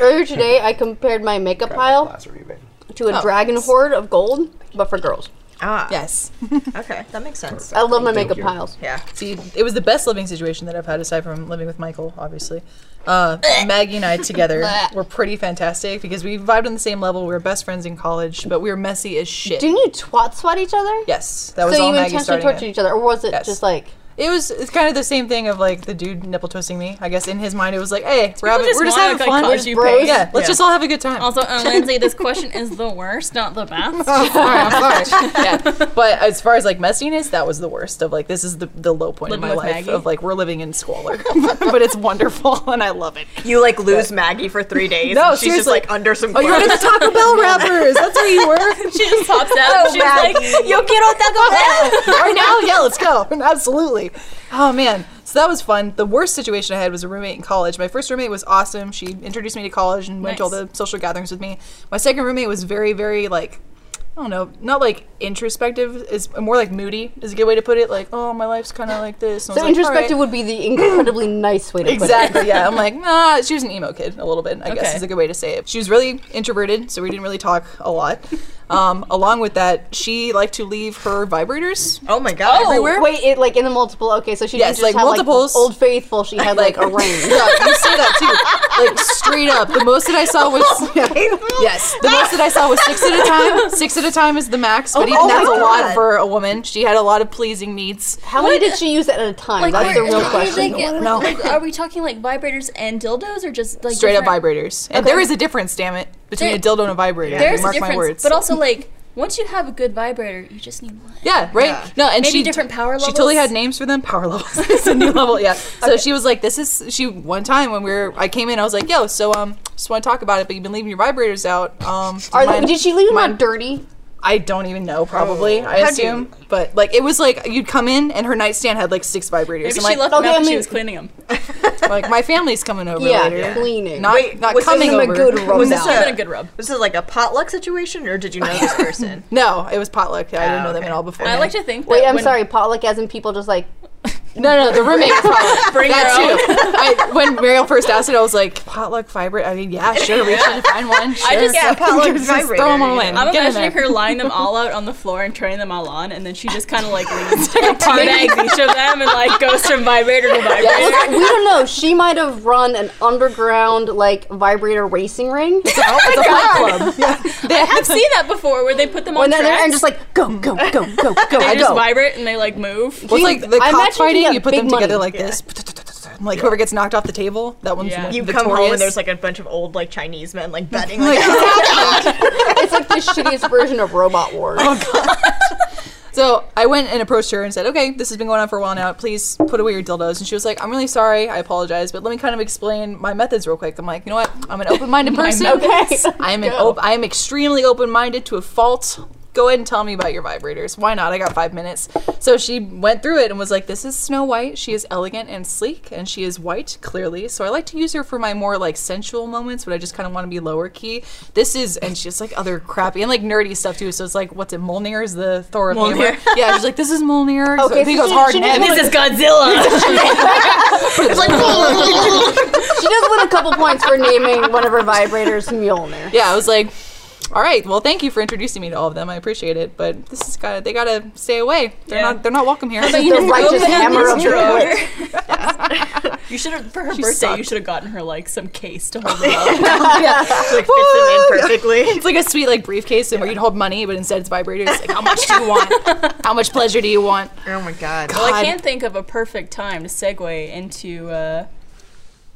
Speaker 4: Earlier today, I compared my makeup pile
Speaker 6: Class reunion.
Speaker 4: to
Speaker 3: Oh.
Speaker 4: a dragon hoard of gold, but for girls.
Speaker 2: ah,
Speaker 3: Yes.
Speaker 2: okay, that makes sense.
Speaker 4: I love my
Speaker 6: Thank
Speaker 4: makeup
Speaker 6: you.
Speaker 4: piles.
Speaker 2: Yeah.
Speaker 3: See, it was the best living situation that I've had aside from living with Michael, obviously. Uh, Maggie and I <laughs> together were pretty fantastic because we vibed on the same level. We were best friends in college, but we were messy as shit.
Speaker 4: Didn't you twat sweat each other?
Speaker 3: yes, that was
Speaker 4: So
Speaker 3: all
Speaker 4: you
Speaker 3: Maggie
Speaker 4: intentionally
Speaker 3: starting.
Speaker 4: tortured
Speaker 3: It.
Speaker 4: each other, or was it
Speaker 3: Yes.
Speaker 4: just like?
Speaker 3: it was it's kind of the same thing of like the dude nipple twisting me. I guess in his mind it was like, hey, we're, having,
Speaker 1: just
Speaker 3: we're just
Speaker 1: wanna
Speaker 3: having
Speaker 1: look
Speaker 3: fun.
Speaker 1: like
Speaker 3: We're
Speaker 1: college
Speaker 3: just-
Speaker 1: you pay.
Speaker 3: yeah, let's
Speaker 2: Yeah.
Speaker 3: just all have a good <laughs> time.
Speaker 1: Also, uh, Lindsay, this question is the worst, not the <laughs> best.
Speaker 3: I'm sorry. yeah. But as far as like messiness, that was the worst of like this is the, the low point
Speaker 1: Living
Speaker 3: in my
Speaker 1: with
Speaker 3: life
Speaker 1: Maggie?
Speaker 3: of like we're living in squalor. <laughs> but it's wonderful <laughs> and I love it.
Speaker 2: You like lose Maggie for three days.
Speaker 3: No,
Speaker 2: and she's just
Speaker 3: seriously.
Speaker 2: like under some.
Speaker 3: Oh, you're one of the Taco <laughs> Bell wrappers. That's where you were.
Speaker 1: She just pops out. and she's like, "Yo quiero taco bell."
Speaker 3: right now, yeah, let's go. Absolutely. Oh man. So that was fun. The worst situation I had was a roommate in college. My first roommate was awesome. She introduced me to college and went to all
Speaker 1: Nice.
Speaker 3: the social gatherings with me. My second roommate was very, very like I don't know, not like introspective, is more like moody is a good way to put it. Like, oh, my life's kind of like this. And I
Speaker 4: So
Speaker 3: was like, "All right."
Speaker 4: introspective would be the incredibly nice way to put
Speaker 3: Exactly. Yeah. I'm like, nah. She was an emo kid, a little bit. I guess
Speaker 1: Okay.
Speaker 3: is a good way to say it. She was really introverted, so we didn't really talk a lot. Um, along with that, she liked to leave her vibrators
Speaker 2: Oh my god.
Speaker 4: it.
Speaker 3: everywhere.
Speaker 4: Wait, it like in the multiple. Okay, so she
Speaker 3: Yes,
Speaker 4: didn't just
Speaker 3: like
Speaker 4: have
Speaker 3: multiples.
Speaker 4: like Old Faithful. She had like a ring.
Speaker 3: <laughs> Yeah, you say that too. Like straight up, the most that I saw
Speaker 1: <laughs>
Speaker 3: was yes, the most that I saw was six at a time. Six at a time is the max, but even
Speaker 2: oh
Speaker 3: that's
Speaker 2: my
Speaker 3: a lot
Speaker 2: God.
Speaker 3: for a woman. She had a lot of pleasing needs.
Speaker 4: How many did she use at a time? That's the real question.
Speaker 3: No.
Speaker 1: are we talking like vibrators and dildos, or just like
Speaker 3: Straight up
Speaker 1: different-
Speaker 3: vibrators, and there is a difference, damn it, between a
Speaker 1: There-
Speaker 3: dildo and a vibrator.
Speaker 1: There's a
Speaker 3: Mark
Speaker 1: difference,
Speaker 3: my words.
Speaker 1: but also like once you have a good vibrator, you just need one.
Speaker 3: Yeah, right. No, and
Speaker 1: Maybe
Speaker 3: she
Speaker 1: different power
Speaker 3: She totally
Speaker 1: levels?
Speaker 3: had names for them. <laughs> Power levels. it's a new level. Yeah. So she was like, "This is." She one time when we were, I came in, I was like, "Yo, so um, just want to talk about it, but you've been leaving your vibrators out. Um, do you
Speaker 4: Are they,
Speaker 3: mind-
Speaker 4: did she leave them
Speaker 3: mine-
Speaker 4: out dirty?
Speaker 3: I don't even know. Probably, I
Speaker 2: How'd you-
Speaker 3: assume. But like, it was like you'd come in and her nightstand had like six vibrators.
Speaker 1: Maybe
Speaker 3: I'm
Speaker 1: she
Speaker 3: like,
Speaker 1: left them
Speaker 4: okay,
Speaker 1: out
Speaker 4: I
Speaker 1: when she
Speaker 4: mean-
Speaker 1: was cleaning them.
Speaker 3: like my family's coming over
Speaker 4: Yeah,
Speaker 3: later.
Speaker 4: cleaning.
Speaker 3: Not
Speaker 2: Wait,
Speaker 3: not
Speaker 2: was this
Speaker 3: coming
Speaker 4: Give them
Speaker 3: over.
Speaker 4: a good rub
Speaker 2: Was
Speaker 4: down.
Speaker 2: this
Speaker 1: Give it
Speaker 2: a
Speaker 1: a good rub.
Speaker 2: This is like a potluck situation, or did you know this person?
Speaker 3: no, it was potluck. I didn't know them
Speaker 2: okay.
Speaker 3: at all before.
Speaker 1: I like to think. That
Speaker 4: Wait, I'm
Speaker 1: when-
Speaker 4: sorry. Potluck as in people just like
Speaker 3: <laughs> No, no, the roommate was potluck.
Speaker 1: Bring
Speaker 3: That
Speaker 1: your own.
Speaker 3: too. I, when Mariel first asked it, I was like, potluck vibrate. I mean, yeah, sure, we should find one. Sure.
Speaker 1: just-
Speaker 4: Yeah,
Speaker 3: <laughs>
Speaker 4: potluck
Speaker 3: Just
Speaker 4: vibrator,
Speaker 3: throw them
Speaker 4: you
Speaker 3: all in.
Speaker 1: I'm
Speaker 3: Get in
Speaker 1: imagining
Speaker 3: there.
Speaker 1: her lying them all out on the floor and turning them all on, and then she just kind of like <laughs> leans two eggs each of them and like goes from vibrator to vibrator.
Speaker 4: <laughs> Well, we don't know. She might have run an underground like vibrator racing ring.
Speaker 3: It's a fight <laughs> club.
Speaker 1: I've seen that before where they put them on
Speaker 4: And then
Speaker 1: tracks.
Speaker 4: they're and just like go go go go go.
Speaker 1: they
Speaker 4: I
Speaker 1: just
Speaker 4: go.
Speaker 1: vibrate and they like move.
Speaker 3: Well, it's
Speaker 4: Jeez,
Speaker 3: like the
Speaker 4: I
Speaker 3: cop
Speaker 4: imagine he
Speaker 3: fighting.
Speaker 4: got
Speaker 3: You put
Speaker 4: big
Speaker 3: them together
Speaker 4: money.
Speaker 3: like this. <laughs> and, Like whoever gets knocked off the table, that one's
Speaker 1: Yeah.
Speaker 3: won-
Speaker 2: You
Speaker 3: victorious.
Speaker 2: come home and there's like a bunch of old like Chinese men like betting. Like, <laughs>
Speaker 4: It's like the shittiest version of Robot Wars.
Speaker 3: Oh, So I went and approached her and said, "Okay, this has been going on for a while now. Please put away your dildos." And she was like, "I'm really sorry. I apologize, but let me kind of explain my methods real quick." I'm like, "You know what? I'm an open-minded person. <laughs>
Speaker 4: methods. Okay.
Speaker 3: I'm an op- I'm extremely open-minded to a fault. Go ahead and tell me about your vibrators. Why not? I got five minutes." So she went through it and was like, "This is Snow White. She is elegant and sleek, and she is white clearly. So I like to use her for my more like sensual moments, but I just kind of want to be lower key. This is, and she's like other crappy and like nerdy stuff too. So it's like, what's it? Molnir is the Thor of
Speaker 1: Mjolnir.
Speaker 3: Hammer. <laughs> Yeah, she's like, this is Molnir.
Speaker 4: Okay,
Speaker 3: so I think it
Speaker 4: so
Speaker 3: was
Speaker 4: she-
Speaker 3: hard
Speaker 4: she
Speaker 3: net.
Speaker 4: didn't
Speaker 1: This is <laughs> Godzilla.
Speaker 4: <laughs> She does win a couple points for naming one of her vibrators Mjolnir.
Speaker 3: yeah, I was like, all right, well, thank you for introducing me to all of them. I appreciate it, but this is gotta they gotta stay away. They're
Speaker 1: Yeah.
Speaker 3: not they're not welcome here.
Speaker 4: The righteous hammer of
Speaker 1: Throw
Speaker 4: the
Speaker 1: her. you should have for her birthday.
Speaker 3: sucked.
Speaker 1: You should have gotten her like some case to
Speaker 3: <laughs>
Speaker 1: hold it up.
Speaker 2: like fits them in perfectly.
Speaker 3: It's like a sweet like briefcase where you'd hold money, but instead it's vibrators. Like, how much do you want? How much pleasure do you want?
Speaker 2: Oh my god.
Speaker 1: well, I
Speaker 3: God.
Speaker 1: can't think of a perfect time to segue into uh,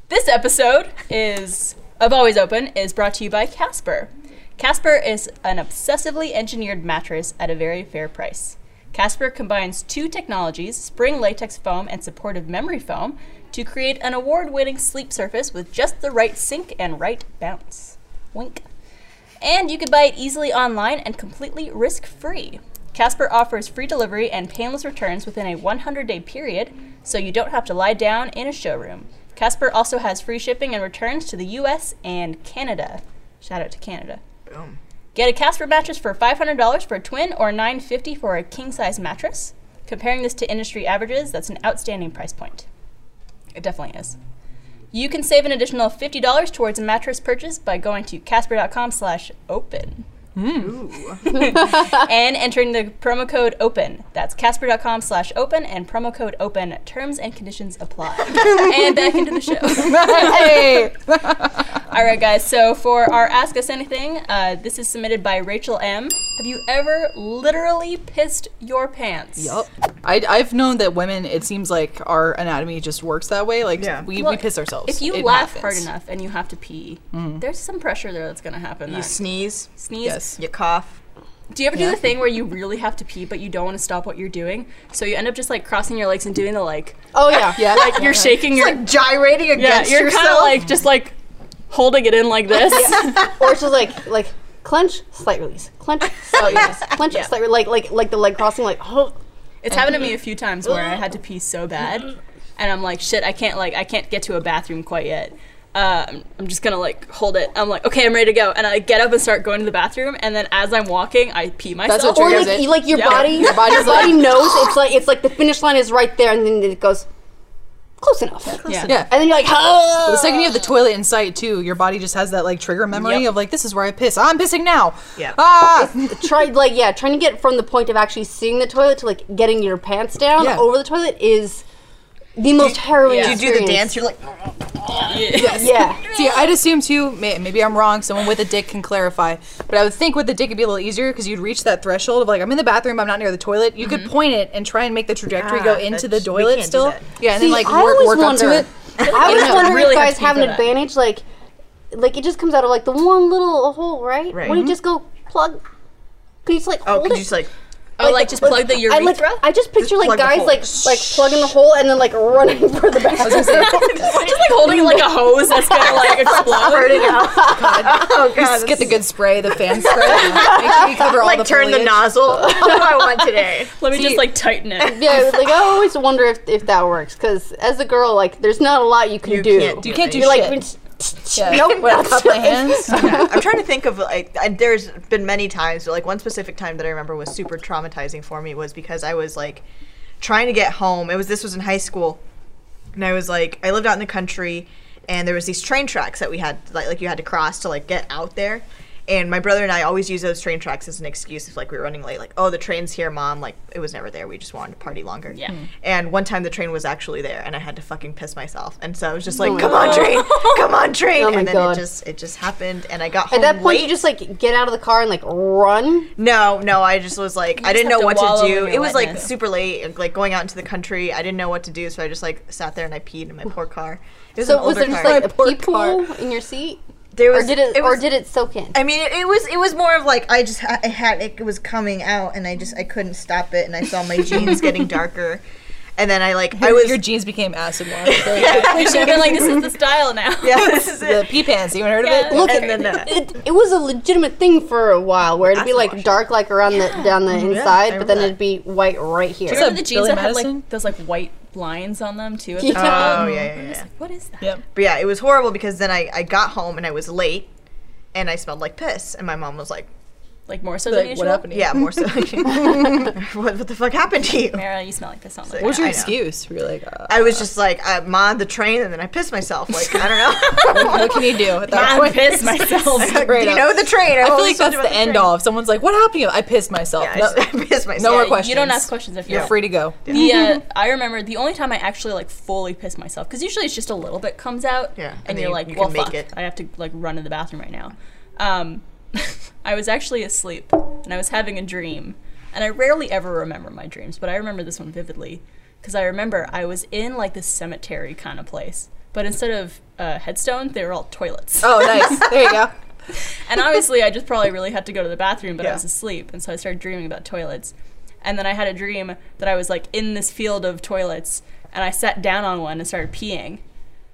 Speaker 1: this episode. Is of always open is brought to you by Casper. Casper is an obsessively engineered mattress at a very fair price. Casper combines two technologies, spring latex foam and supportive memory foam, to create an award-winning sleep surface with just the right sink and right bounce. Wink. And you can buy it easily online and completely risk free. Casper offers free delivery and painless returns within a 100 day period, so you don't have to lie down in a showroom. Casper also has free shipping and returns to the US and Canada. Shout out to Canada.
Speaker 2: Boom.
Speaker 1: Get a Casper mattress for $500 for a twin or $950 for a king size mattress. Comparing this to industry averages, that's an outstanding price point. It definitely is. You can save an additional $50 towards a mattress purchase by going to casper.com slash open. and entering the promo code open. That's casper.com slash open and promo code open. Terms and conditions apply. and back into the show.
Speaker 3: <laughs>
Speaker 1: <laughs>
Speaker 3: hey,
Speaker 1: All right, guys. So for our Ask Us Anything, uh, this is submitted by Rachel M. Have you ever literally pissed your pants?
Speaker 3: Yup. I, I've known that women, it seems like our anatomy just works that way. Like,
Speaker 2: Yeah.
Speaker 3: we,
Speaker 1: Well,
Speaker 3: we piss ourselves.
Speaker 1: If you
Speaker 3: It
Speaker 1: laugh hard
Speaker 3: happens.
Speaker 1: enough and you have to pee, there's some pressure there that's going to happen.
Speaker 2: You
Speaker 1: then.
Speaker 2: sneeze.
Speaker 1: Sneeze.
Speaker 3: Yes.
Speaker 2: You cough.
Speaker 1: Do you ever do the thing where you really have to pee, but you don't want to stop what you're doing? So you end up just like crossing your legs and doing the like,
Speaker 2: <laughs>
Speaker 4: Oh yeah.
Speaker 3: Yeah.
Speaker 1: like you're shaking your,
Speaker 2: Like gyrating
Speaker 1: yeah,
Speaker 2: against
Speaker 1: you're kind of
Speaker 2: yourself.
Speaker 1: like just like holding it in like this.
Speaker 4: Or it's just like like clench, slight release, clench, slight
Speaker 2: <laughs>
Speaker 4: release, clench, slight release, like like like the leg crossing, like oh.
Speaker 1: It's happened to me a few times where I had to pee so bad, and I'm like, shit, I can't like I can't get to a bathroom quite yet. Um, I'm just gonna like hold it. I'm like, okay, I'm ready to go, and I get up and start going to the bathroom, and then as I'm walking, I pee myself.
Speaker 3: what
Speaker 4: Or
Speaker 3: triggers
Speaker 4: like
Speaker 3: it.
Speaker 4: you- like your
Speaker 1: Yeah.
Speaker 4: body, your body,
Speaker 3: body's like-
Speaker 4: knows it's like it's like the finish line is right there, and then it goes close enough.
Speaker 1: yeah.
Speaker 3: Yeah.
Speaker 4: And then you're like, oh.
Speaker 3: The second you have the toilet in sight, too, your body just has that like trigger memory
Speaker 1: Yep.
Speaker 3: of like, this is where I piss. I'm pissing now.
Speaker 2: Yeah.
Speaker 3: Ah.
Speaker 4: tried like yeah trying to get from the point of actually seeing the toilet to like getting your pants down
Speaker 3: Yeah.
Speaker 4: over the toilet is the most harrowing
Speaker 2: Do you do the
Speaker 4: experience.
Speaker 2: dance? You're like,
Speaker 4: yeah
Speaker 3: See, I'd assume too. May, maybe I'm wrong. Someone with a dick can clarify. But I would think with the dick it'd be a little easier because you'd reach that threshold of like, I'm in the bathroom. I'm not near the toilet. You could point it and try and make the trajectory
Speaker 2: Ah,
Speaker 3: go into the
Speaker 2: that's- we
Speaker 3: toilet
Speaker 2: can't do
Speaker 3: still.
Speaker 2: that.
Speaker 3: Yeah, and
Speaker 4: See,
Speaker 3: then like
Speaker 4: I
Speaker 3: work,
Speaker 4: always
Speaker 3: work up to
Speaker 4: wonder-
Speaker 3: it.
Speaker 4: i always
Speaker 1: know,
Speaker 4: wonder
Speaker 1: really
Speaker 4: if
Speaker 1: have
Speaker 4: guys
Speaker 1: to pee
Speaker 4: have
Speaker 1: for
Speaker 4: an
Speaker 1: that.
Speaker 4: advantage like like it just comes out of like the one little hole right,
Speaker 2: Right.
Speaker 4: when you just go plug can you just like
Speaker 2: oh,
Speaker 4: hold
Speaker 2: could you
Speaker 4: it
Speaker 2: just <laughs> like,
Speaker 1: Oh, like just plug the
Speaker 4: I
Speaker 1: urethra.
Speaker 4: like. I just picture like
Speaker 2: plug the
Speaker 4: guys
Speaker 2: hole.
Speaker 4: like like plugging the hole and then like running <laughs> for the bathroom.
Speaker 1: just like holding like a
Speaker 3: <laughs>
Speaker 1: hose that's gonna like explode.
Speaker 2: oh god,
Speaker 3: Get the good spray, the
Speaker 2: <laughs>
Speaker 3: fan spray. Make sure you cover all
Speaker 2: like
Speaker 3: the
Speaker 2: turn the
Speaker 3: foliage.
Speaker 2: nozzle. <laughs> What do I want today?
Speaker 1: Let me just like tighten
Speaker 3: <laughs>
Speaker 1: it.
Speaker 4: yeah, like I always wonder if, if that works because as a girl, like there's not a lot you can
Speaker 2: You
Speaker 4: do.
Speaker 2: can't do
Speaker 3: You can't do
Speaker 4: You're like,
Speaker 3: shit.
Speaker 4: yeah.
Speaker 3: Yeah.
Speaker 4: nope.
Speaker 3: Well, cup my
Speaker 2: <laughs>
Speaker 3: hands.
Speaker 2: Yeah, I'm trying to think of like I, there's been many times, but like one specific time that I remember was super traumatizing for me was because I was like trying to get home. It was this was in high school, and I was like I lived out in the country, and there was these train tracks that we had like like you had to cross to like get out there. And my brother and I always use those train tracks as an excuse if like we were running late, like, oh the train's here, mom, like it was never there. We just wanted to party longer.
Speaker 1: Yeah. Mm.
Speaker 2: And one time the train was actually there and I had to fucking piss myself. And so I was just
Speaker 4: Oh
Speaker 2: like, Come on train, come on train
Speaker 4: my
Speaker 2: and then
Speaker 4: God.
Speaker 2: it just it just happened and I got home
Speaker 4: At that point,
Speaker 2: late.
Speaker 4: you just like get out of the car and like run.
Speaker 2: No, no, I just was like, I didn't know
Speaker 1: have to
Speaker 2: what to
Speaker 1: wallow in
Speaker 2: do.
Speaker 1: your
Speaker 2: It was like
Speaker 1: wetness.
Speaker 2: super late, like going out into the country. I didn't know what to do, so I just like sat there and I peed in my poor car. It was an
Speaker 4: So was
Speaker 2: older
Speaker 4: there just
Speaker 2: car.
Speaker 4: like a
Speaker 3: poor
Speaker 4: pee
Speaker 3: car.
Speaker 4: pool in your seat,
Speaker 2: there
Speaker 4: or did it, or
Speaker 2: was-
Speaker 4: did it soak in?
Speaker 2: I mean, it, it was it was more of like I just ha- I had it was coming out, and I just I couldn't stop it, and I
Speaker 4: <laughs>
Speaker 2: saw my jeans getting darker, and then I like I was <laughs>
Speaker 3: Your jeans became acid wash. So, yeah.
Speaker 1: You should have been like, this is the style now.
Speaker 2: yeah, this is it.
Speaker 3: the
Speaker 4: <laughs>
Speaker 3: pee pants. You heard <laughs> of it?
Speaker 4: Look,
Speaker 2: and
Speaker 4: it,
Speaker 2: then, uh,
Speaker 4: it, it was a legitimate thing for a while where it'd be
Speaker 2: Acid
Speaker 4: like
Speaker 2: wash.
Speaker 4: dark like around the down the inside,
Speaker 2: remember
Speaker 4: but then
Speaker 2: that.
Speaker 4: it'd be white right here.
Speaker 3: Is
Speaker 1: <laughs>
Speaker 3: that
Speaker 1: Remember the jeans
Speaker 3: Billy
Speaker 1: that had
Speaker 3: Madison?
Speaker 1: like those like white lines on them too? At
Speaker 4: Yeah.
Speaker 1: the top?
Speaker 2: Oh yeah, yeah, yeah,
Speaker 4: <laughs>
Speaker 2: yeah.
Speaker 1: What is that?
Speaker 3: Yep.
Speaker 2: But yeah, it was horrible because then I I got home and I was late, and I smelled like piss, and my mom was like,
Speaker 1: Like more so than
Speaker 3: Like,
Speaker 1: usual.
Speaker 3: what happened? to you?
Speaker 2: yeah, more so. <laughs> what, what the fuck happened to you?
Speaker 1: Mara, you smell like this. Sounds like
Speaker 3: What was
Speaker 2: Yeah,
Speaker 3: your
Speaker 2: I know.
Speaker 3: excuse? You were like, uh,
Speaker 2: I was just like, I mod the train and then I pissed myself. Like, I don't
Speaker 3: <laughs>
Speaker 2: know.
Speaker 3: what can you do
Speaker 2: <laughs>
Speaker 3: at that
Speaker 1: I
Speaker 3: point?
Speaker 1: pissed
Speaker 3: <laughs>
Speaker 1: myself.
Speaker 3: Straight
Speaker 2: you
Speaker 3: up.
Speaker 2: know the train.
Speaker 1: Oh,
Speaker 3: I feel like that's the end all. If someone's like, "What happened?" to you?" I pissed myself.
Speaker 2: I,
Speaker 3: no, <laughs>
Speaker 2: just- <laughs> I pissed myself.
Speaker 3: no more
Speaker 1: Yeah,
Speaker 3: questions.
Speaker 1: You don't ask questions if you're
Speaker 3: You're free to go.
Speaker 1: The, uh, I remember the only time I actually like fully pissed myself because usually it's just a little bit comes out.
Speaker 2: Yeah,
Speaker 1: And,
Speaker 2: and then
Speaker 1: you're
Speaker 2: you-
Speaker 1: like,
Speaker 2: you can
Speaker 1: well,
Speaker 2: make
Speaker 1: fuck,
Speaker 2: it."
Speaker 1: I have to like run to the bathroom right now. Um, <laughs> I was actually asleep and I was having a dream, and I rarely ever remember my dreams, but I remember this one vividly because I remember I was in like this cemetery kind of place, but instead of uh, headstones, they were all
Speaker 2: <laughs>
Speaker 1: toilets.
Speaker 3: Oh,
Speaker 1: <laughs>
Speaker 3: nice. there you go.
Speaker 1: And obviously, I just probably really had to go to the bathroom, but
Speaker 2: Yeah.
Speaker 1: I was asleep, and so I started dreaming about toilets. And then I had a dream that I was like in this field of toilets, and I sat down on one and started peeing,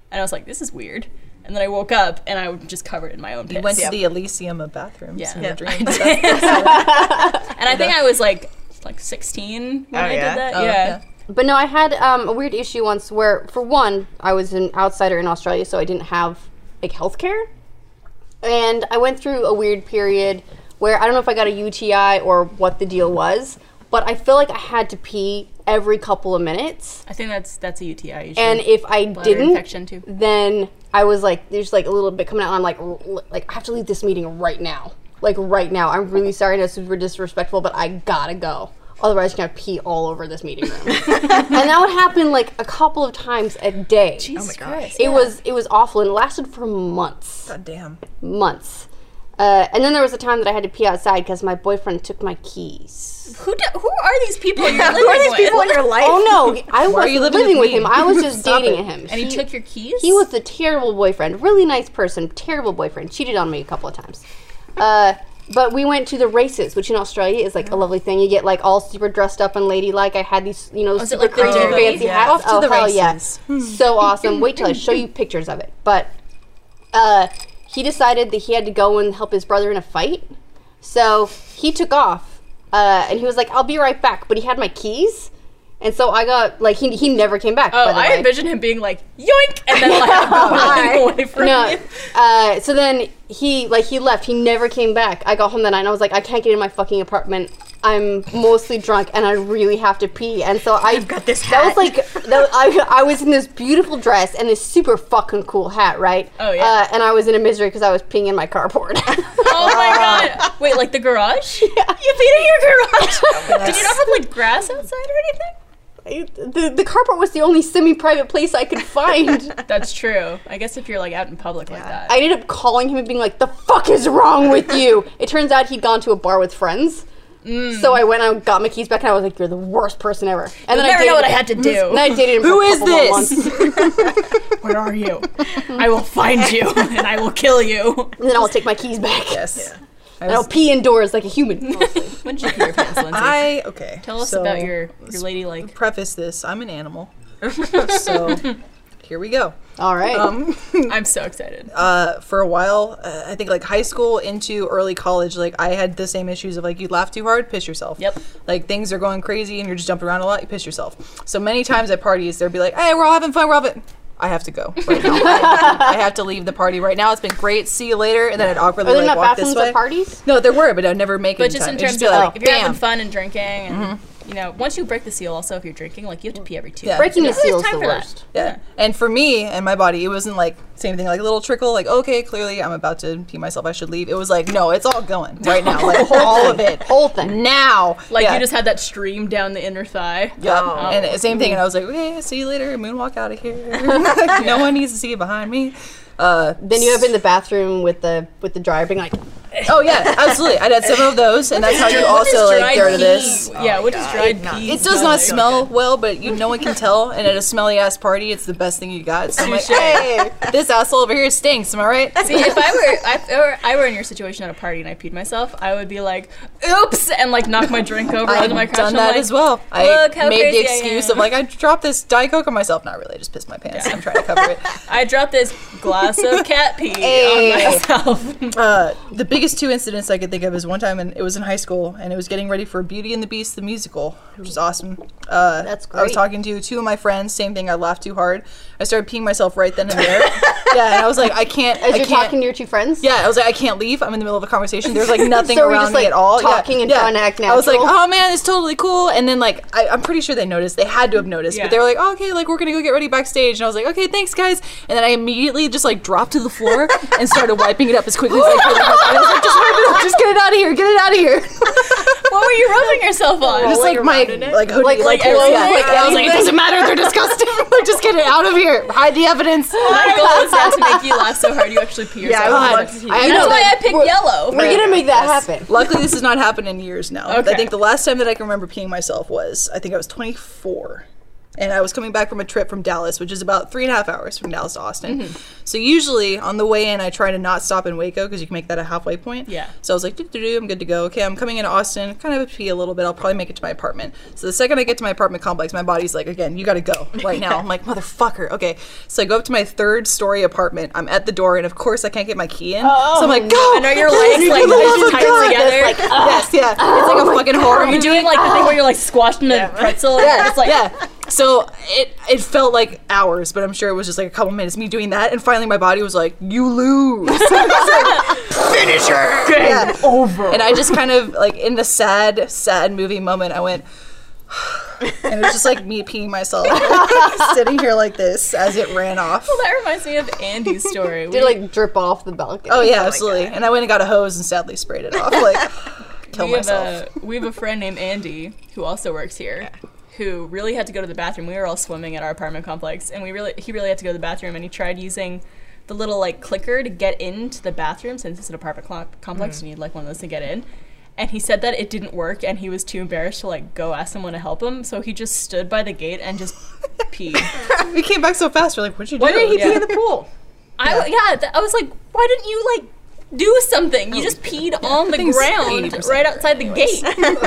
Speaker 1: and I was like, "This is weird." And then I woke up, and I was just covered in my own piss.
Speaker 3: You went to the Elysium of bathrooms.
Speaker 1: Yeah.
Speaker 3: in
Speaker 1: Yeah.
Speaker 3: your
Speaker 1: <laughs>
Speaker 3: dreams.
Speaker 1: and I think I was like like 16 when
Speaker 2: Oh,
Speaker 1: I
Speaker 2: yeah?
Speaker 1: did that.
Speaker 3: Oh,
Speaker 1: yeah.
Speaker 4: But no, I had um, a weird issue once where, for one, I was an outsider in Australia, so I didn't have like healthcare, and I went through a weird period where I don't know if I got a UTI or what the deal was, but I feel like I had to pee every couple of minutes,
Speaker 1: I think that's that's a UTI. Usually.
Speaker 4: and if I
Speaker 1: Bladder
Speaker 4: didn't,
Speaker 1: infection, too.
Speaker 4: then I was like, there's like a little bit coming out, and I'm like, r- l- like I have to leave this meeting right now, like right now. I'm really sorry, that's super disrespectful, but I gotta go. Otherwise, I'm gonna pee all over this meeting
Speaker 3: <laughs>
Speaker 4: room and that would happen like a couple of times a day.
Speaker 1: Jesus Christ.
Speaker 4: It was it was awful and it lasted for months,
Speaker 3: God damn.
Speaker 4: months. Uh, and then there was a time that I had to pee outside because my boyfriend took my keys.
Speaker 1: Who do, who are these people you're living
Speaker 2: <laughs> Who are these
Speaker 1: with?
Speaker 2: people in your life?
Speaker 4: Oh no, he- I
Speaker 3: Why are
Speaker 4: wasn't
Speaker 3: you
Speaker 4: living,
Speaker 3: living with
Speaker 4: with
Speaker 3: me?
Speaker 4: him.
Speaker 3: <laughs>
Speaker 4: I was just
Speaker 3: Stop
Speaker 4: dating
Speaker 3: it.
Speaker 4: him.
Speaker 1: And he, took your keys.
Speaker 4: He was a terrible boyfriend. Really nice person. Terrible boyfriend. Cheated on me a couple of times. Uh, but we went to the races, which in Australia is like a lovely thing. You get like all super dressed up and ladylike. I had these, you know,
Speaker 1: is it
Speaker 4: super
Speaker 1: like the
Speaker 4: crazy
Speaker 1: derby?
Speaker 4: fancy
Speaker 1: Yeah.
Speaker 4: hats.
Speaker 3: Off to
Speaker 4: oh
Speaker 3: the
Speaker 4: hell
Speaker 3: races.
Speaker 1: Hmm.
Speaker 4: yeah, so awesome. Wait till I
Speaker 1: <laughs>
Speaker 4: show you pictures of it. But uh, he decided that he had to go and help his brother in a fight. So he took off, uh, and he was like, "I'll be right back." But he had my keys. And so I got like he, he never came back. by
Speaker 1: Oh,
Speaker 4: the
Speaker 1: I
Speaker 4: way.
Speaker 1: envision him being like yoink, and then <laughs> like running away from <laughs>
Speaker 4: No.
Speaker 1: you.
Speaker 4: Uh, so then he like he left. He never came back. I got home that night and I was like, I can't get in my fucking apartment. I'm mostly drunk and I really have to pee. And so I
Speaker 2: got this
Speaker 4: That was
Speaker 2: hat.
Speaker 4: like that was- I, I was in this beautiful dress and this super fucking cool hat, right?
Speaker 1: Oh, yeah.
Speaker 4: Uh, and I was in a misery because I was peeing in my carport. <laughs>
Speaker 1: Oh my god! Wait, like the garage? <laughs> Yeah. You peed in your <laughs> garage. Did you not have like grass outside or anything?
Speaker 4: the the carport was the only semi-private place I could find.
Speaker 1: That's true. I guess if you're like out in public like that.
Speaker 4: I ended up calling him and being like, "The fuck is
Speaker 1: <laughs>
Speaker 4: wrong with you?" it turns out he'd gone to a bar with friends.
Speaker 1: Mm.
Speaker 4: So I went and got my keys back, and I was like, "You're the worst person ever." And <laughs> then
Speaker 1: never
Speaker 4: I dated
Speaker 1: know what I had to do.
Speaker 4: And I dated him.
Speaker 3: Who
Speaker 4: for a
Speaker 3: is
Speaker 4: couple more months.
Speaker 3: this?
Speaker 1: Where are you? I will find <laughs> you and I will kill you.
Speaker 4: And then I'll take my
Speaker 1: <laughs>
Speaker 4: keys back.
Speaker 3: Yes.
Speaker 4: <laughs> And I'll pee indoors like a human.
Speaker 1: When did you pee your pants, Lindsay?
Speaker 3: I okay.
Speaker 1: Ah, Tell us
Speaker 3: so-
Speaker 1: about your your ladylike. <laughs>
Speaker 3: preface this. I'm an animal, so here we go. Um,
Speaker 4: All right.
Speaker 1: um, I'm so excited.
Speaker 3: uh, for a while. Uh, I think like high school into early college, like I had the same issues of like you laugh too hard, piss yourself.
Speaker 1: Yep.
Speaker 3: Like things are going crazy and you're just jumping around a lot, you piss yourself. So many times at parties, they'd be like, "Hey, we're all having fun, we're all having." I have to go. Right now. I have to leave the party right now. It's been great. See you later. And then I'd awkwardly
Speaker 4: Are there
Speaker 3: like
Speaker 4: not
Speaker 3: walk this
Speaker 4: bathrooms
Speaker 3: way.
Speaker 4: at parties?
Speaker 3: No, there were, but I'd never make it.
Speaker 1: But
Speaker 3: in
Speaker 1: just
Speaker 3: time.
Speaker 1: in
Speaker 3: It'd
Speaker 1: terms
Speaker 3: be
Speaker 1: of like, Mm-hmm. if you're
Speaker 3: bam.
Speaker 1: having fun and drinking, and You know, once you break the seal, also if you're drinking, like you have to pee every two.
Speaker 3: Yeah.
Speaker 4: Breaking the
Speaker 1: There's always
Speaker 4: seal is
Speaker 1: time
Speaker 4: the
Speaker 1: for that.
Speaker 4: worst.
Speaker 3: Yeah. And for me and my body, it wasn't like same thing, like a little trickle, like, okay, clearly I'm about to pee myself, I should leave. It was like, no, it's all going
Speaker 4: <laughs>
Speaker 3: right now. Like all of it.
Speaker 4: Whole thing.
Speaker 3: Now.
Speaker 1: Like
Speaker 3: Yeah.
Speaker 1: you just had that stream down the inner thigh.
Speaker 3: Yep. And it- same thing. And I was like, okay, see you later. Moonwalk out of here. <laughs> Like, No one needs to see it behind me. Uh,
Speaker 4: Then you have in the bathroom with the with the dryer being like,
Speaker 3: oh yeah, absolutely. I'd had some of those, and that's how you
Speaker 1: What is
Speaker 3: also like
Speaker 1: dried
Speaker 3: get rid of
Speaker 1: pee?
Speaker 3: this.
Speaker 1: yeah, what is dried pee?
Speaker 3: It does not smell well, but you no one can tell. And at a smelly ass party, it's the best thing you got. So I'm like,
Speaker 1: Touche.
Speaker 3: hey, this asshole over here stinks. Am I
Speaker 4: <laughs>
Speaker 3: right?
Speaker 1: See, if I were if I were, I were in your situation at a party and I peed myself, I would be like, "Oops!" and like knock my drink over
Speaker 3: I've
Speaker 1: onto my crotch.
Speaker 3: done
Speaker 1: I'm
Speaker 3: that
Speaker 1: like,
Speaker 3: as well. I
Speaker 1: "Look how
Speaker 3: made the
Speaker 1: crazy I
Speaker 3: excuse
Speaker 1: am."
Speaker 3: of like I dropped this diet coke on myself. Not really. I just pissed my pants. I'm trying to cover it. <laughs>
Speaker 1: I dropped this glass of cat pee
Speaker 3: Hey.
Speaker 1: on
Speaker 3: <laughs>
Speaker 1: myself.
Speaker 3: Uh, the biggest two incidents I could think of is one time, and it was in high school, and it was getting ready for Beauty and the Beast the musical, which is awesome. Uh,
Speaker 4: That's
Speaker 3: I was
Speaker 4: great.
Speaker 3: talking to two of my friends. Same thing. I laughed too hard. I started peeing myself right then and there. <laughs> yeah, and I was like, I can't.
Speaker 4: as
Speaker 3: I
Speaker 4: you're
Speaker 3: can't.
Speaker 4: talking to your two friends.
Speaker 3: yeah, I was like, I can't leave. I'm in the middle of a conversation. There's <laughs> like nothing
Speaker 4: So we're
Speaker 3: around
Speaker 4: just,
Speaker 3: me
Speaker 4: like,
Speaker 3: at all. Yeah,
Speaker 4: talking and
Speaker 3: yeah.
Speaker 4: trying to act
Speaker 3: I was like,
Speaker 4: natural.
Speaker 3: oh man, it's totally cool. And then like, I, I'm pretty sure they noticed. They had to have noticed.
Speaker 1: Yeah.
Speaker 3: But they were like, oh, okay, like we're gonna go get ready backstage. And I was like, okay, thanks guys. And then I immediately just like dropped to the <laughs> floor and started wiping it up as quickly as I could. I was like, just wipe it up. Just get it out of here. Get it out of here.
Speaker 1: what were you rubbing yourself on?
Speaker 3: just like my like hoodie, like,
Speaker 4: Like, like,
Speaker 3: everything.
Speaker 4: clothes, like,
Speaker 3: I was like, it
Speaker 4: anything.
Speaker 3: doesn't matter. <laughs> They're disgusting. like, just get it out of here. Hide the evidence.
Speaker 1: My goal is not to make you laugh so hard you actually pee
Speaker 2: Yeah, I
Speaker 1: yourself.
Speaker 2: would
Speaker 1: out.
Speaker 3: God.
Speaker 2: love to see
Speaker 3: I
Speaker 1: That's
Speaker 3: know
Speaker 1: why
Speaker 3: that
Speaker 1: I picked
Speaker 3: we're-
Speaker 1: yellow.
Speaker 4: We're gonna make that happen.
Speaker 3: Luckily, this has not happened in years now.
Speaker 1: Okay.
Speaker 3: I think the last time that I can remember peeing myself was I think I was 24, and I was coming back from a trip from Dallas, which is about three and a half hours from Dallas to Austin.
Speaker 1: Mm-hmm.
Speaker 3: So usually on the way in, I try to not stop in Waco because you can make that a halfway point.
Speaker 1: Yeah.
Speaker 3: So I was like, doo doo doo, I'm good to go. Okay, I'm coming into Austin. Kind of have a pee a little bit. I'll probably make it to my apartment. So the second I get to my apartment complex, my body's like, again, you got to go
Speaker 1: <laughs>
Speaker 3: right now. I'm like, motherfucker. Okay. So I go up to my third story apartment. I'm at the door, and of course I can't get my key in. so I'm like, go.
Speaker 1: Oh, I
Speaker 3: <laughs>
Speaker 1: know your legs
Speaker 3: please, for
Speaker 1: like
Speaker 3: the love
Speaker 1: just
Speaker 3: of
Speaker 1: tight
Speaker 3: God."
Speaker 1: together.
Speaker 3: Yes, yeah. It's
Speaker 4: Oh
Speaker 3: like a fucking horror
Speaker 1: Are you
Speaker 3: movie.
Speaker 1: doing like the thing where you're like squashed
Speaker 3: <laughs>
Speaker 1: in a pretzel? Yeah, it's like
Speaker 3: yeah. So it it felt like hours, but I'm sure it was just like a couple minutes me doing that, and finally my body was like, "You lose."
Speaker 4: <laughs>
Speaker 3: It's like, Finish her. Game over. And I just kind of like in the sad, sad movie moment, I went. <sighs> and it was just like me peeing myself,
Speaker 4: <laughs>
Speaker 3: sitting here like this as it ran off.
Speaker 1: that reminds me of Andy's
Speaker 3: <laughs>
Speaker 1: story.
Speaker 4: Did it, like drip off the balcony?
Speaker 3: Oh yeah, absolutely. And I went and got a hose and sadly sprayed it off.
Speaker 4: <laughs>
Speaker 3: Like, kill
Speaker 1: we have
Speaker 3: myself.
Speaker 1: a we have a friend named Andy who also works here. Who really had to go to the bathroom? We were all swimming at our apartment complex, and we really he really had to go to the bathroom, and he tried using the little like clicker to get into the bathroom since it's an apartment clo
Speaker 3: Mm.
Speaker 1: complex, you need like one of those to get in. And he said that it didn't work, and he was too embarrassed to like go ask someone to help him, so he just stood by the gate and
Speaker 3: <laughs>
Speaker 1: just peed.
Speaker 3: we came back so fast. We're like, "What'd you do?"
Speaker 1: Yeah.
Speaker 2: the pool.
Speaker 1: I yeah, th- I was like, why didn't you like do something? You just peed on the
Speaker 3: Oh, thing's
Speaker 1: ground
Speaker 3: 80%
Speaker 1: right outside the gate.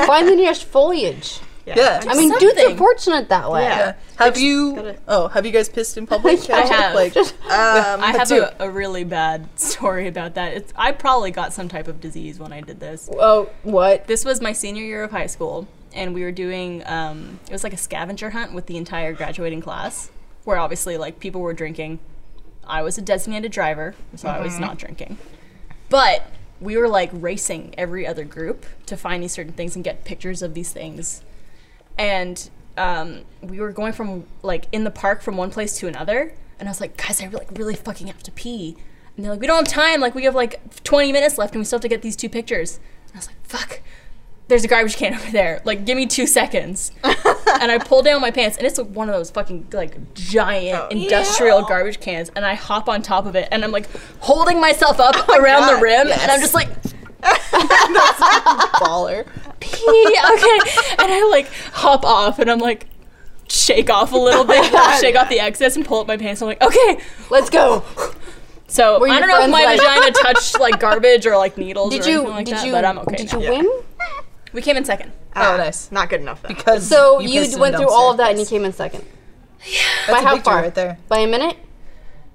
Speaker 4: Find the nearest foliage.
Speaker 3: Yeah.
Speaker 4: I mean, dudes are
Speaker 1: Something.
Speaker 4: fortunate that way.
Speaker 2: Yeah.
Speaker 3: Have you? Oh, have you guys pissed in public?
Speaker 4: I
Speaker 1: have.
Speaker 3: <laughs> Like,
Speaker 2: Um,
Speaker 1: I have
Speaker 3: do
Speaker 1: a, a really bad <laughs> story about that. It's, I probably got some type of disease when I did this.
Speaker 4: Oh, what?
Speaker 1: This was my senior year of high school, and we were doing um, it was like a scavenger hunt with the entire graduating class, where obviously like people were drinking. I was a designated driver, so I was not drinking. But we were like racing every other group to find these certain things and get pictures of these things. And um, we were going from like in the park from one place to another. And I was like, guys, I really, really fucking have to pee. And they're like, we don't have time. Like, we have like 20 minutes left and we still have to get these two pictures. And I was like, fuck, there's a garbage can <laughs> over there. Like, give me two
Speaker 4: <laughs>
Speaker 1: seconds. and I pull down my pants and it's one of those fucking like
Speaker 4: Oh.
Speaker 1: giant industrial garbage cans. And I hop on top of it and I'm like holding myself
Speaker 4: <laughs> Oh
Speaker 1: up around the rim. And I'm just like, <laughs>
Speaker 3: baller.
Speaker 1: pee. Okay. and I like hop off and I'm like, shake off a little
Speaker 4: <laughs>
Speaker 1: bit, <laughs> like, shake off the excess and pull up my pants. I'm like, okay.
Speaker 4: Let's go.
Speaker 1: So
Speaker 4: your
Speaker 1: I don't know if
Speaker 4: friends
Speaker 1: my
Speaker 4: like-
Speaker 1: vagina touched like garbage or like needles
Speaker 4: Did
Speaker 1: or
Speaker 4: you?
Speaker 1: anything like
Speaker 4: did
Speaker 1: that,
Speaker 4: you?
Speaker 1: but I'm okay.
Speaker 4: did
Speaker 1: now.
Speaker 4: you win?
Speaker 1: We came in second.
Speaker 3: Oh, nice.
Speaker 2: ah, Not good enough. Though.
Speaker 3: Because
Speaker 4: So you,
Speaker 3: pissed in
Speaker 4: went
Speaker 3: a
Speaker 4: through all
Speaker 3: dumpster.
Speaker 4: of that and you came in second.
Speaker 3: That's
Speaker 4: By
Speaker 3: a
Speaker 4: how
Speaker 3: victory
Speaker 4: far?
Speaker 3: Right there.
Speaker 4: By a minute?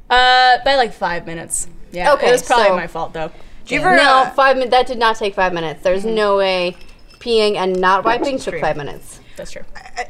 Speaker 1: Uh, by like five minutes. Yeah.
Speaker 4: Okay,
Speaker 1: It was probably
Speaker 4: so-
Speaker 1: my fault though.
Speaker 2: Do you ever,
Speaker 4: No,
Speaker 2: uh,
Speaker 4: five minutes. That did not take five minutes. There's no way peeing and not wiping took five minutes.
Speaker 1: That's true.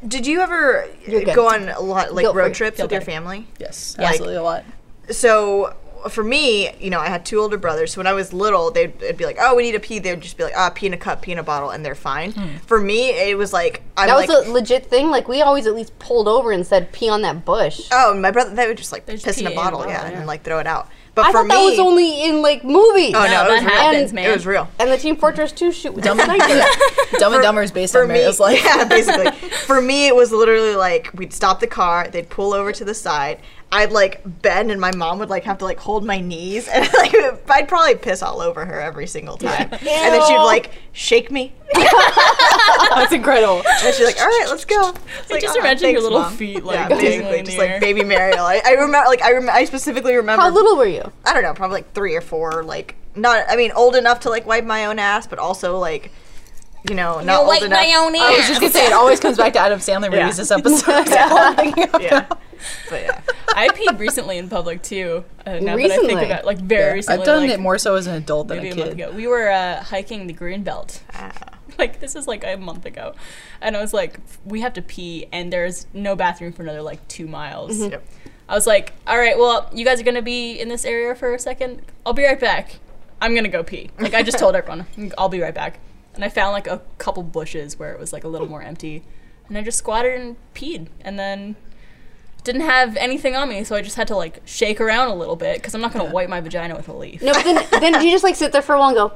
Speaker 2: did you ever
Speaker 4: You're good.
Speaker 2: go on a lot like
Speaker 4: Go for
Speaker 2: road
Speaker 4: it.
Speaker 2: trips
Speaker 1: Feel
Speaker 2: with your
Speaker 1: better.
Speaker 2: family?
Speaker 3: Yes,
Speaker 2: Like-
Speaker 3: absolutely a lot.
Speaker 2: So for me, you know, I had two older brothers. So when I was little, they'd it'd be like, "Oh, we need a pee." They would just be like, "Ah, pee in a cup, pee in a bottle," and they're fine.
Speaker 3: Hmm.
Speaker 2: For me, it was like I'm
Speaker 4: That was
Speaker 2: like,
Speaker 4: a legit thing. Like we always at least pulled over and said, "Pee on that bush."
Speaker 2: oh, and my brother, they would just like
Speaker 1: There's
Speaker 2: piss
Speaker 1: pee
Speaker 2: in a
Speaker 1: in a
Speaker 2: bottle,
Speaker 1: bottle,
Speaker 2: yeah,
Speaker 1: yeah.
Speaker 2: and like throw it out. But
Speaker 4: I
Speaker 2: Oh, for
Speaker 4: thought
Speaker 2: me,
Speaker 4: that was only in like movies.
Speaker 2: oh no,
Speaker 1: No,
Speaker 2: it was
Speaker 1: that
Speaker 2: real.
Speaker 1: happens,
Speaker 2: It
Speaker 1: man.
Speaker 2: was real.
Speaker 4: And the Team Fortress 2 shoot with a <laughs>
Speaker 3: Dumb,
Speaker 4: sniper.
Speaker 3: Dumb and Dumber is based
Speaker 2: for
Speaker 3: on
Speaker 2: me,
Speaker 3: Mario's life.
Speaker 2: yeah, basically. For me, it was literally like we'd stop the car, they'd pull over to the side, I'd like bend, and my mom would like have to like hold my knees, <laughs> and like I'd probably piss all over her every single time, and then she'd like shake me,
Speaker 3: That's incredible.
Speaker 2: and she's like, "All right, let's go." It's like,
Speaker 1: just
Speaker 2: "Ah,
Speaker 1: imagine your
Speaker 2: thanks,
Speaker 1: little
Speaker 2: Mom."
Speaker 1: feet,
Speaker 2: yeah,
Speaker 1: like, dangling
Speaker 2: basically,
Speaker 1: in
Speaker 2: just
Speaker 1: the
Speaker 2: like
Speaker 1: air.
Speaker 2: baby Mario. I, I remember, like, I rem- I specifically remember.
Speaker 4: How little were you?
Speaker 2: I don't know, probably like three or four. Like, not, I mean, old enough to like wipe my own ass, but also like, you know, not old
Speaker 5: wipe
Speaker 2: enough.
Speaker 5: my own
Speaker 3: I
Speaker 5: ass.
Speaker 3: was just gonna say it always comes back to Adam Sandler movies
Speaker 2: Yeah.
Speaker 3: this episode. That's all <laughs> I'm thinking of
Speaker 2: Yeah,
Speaker 3: now.
Speaker 2: <laughs> but yeah.
Speaker 1: I peed recently in public too. Uh, now that I
Speaker 4: Recently?
Speaker 1: think about, like very recently,
Speaker 3: I've done
Speaker 1: like,
Speaker 3: it more so as an adult than
Speaker 1: maybe
Speaker 3: a
Speaker 1: a month
Speaker 3: kid.
Speaker 1: ago. We were uh, hiking the green belt. <laughs>
Speaker 2: uh,
Speaker 1: Like this is like a month ago, and I was like, we have to pee, and there's no bathroom for another like two miles.
Speaker 2: Yep.
Speaker 1: I was like, all right, well, you guys are gonna be in this area for a second. I'll be right back. I'm gonna go pee. Like I just told everyone, "I'm- I'll be right back. And I found like a couple bushes where it was like a little more empty, and I just squatted and peed, and then didn't have anything on me, so I just had to like shake around a little bit because I'm not gonna wipe my vagina with a leaf.
Speaker 4: No, but then, then you just like sit there for a while and go,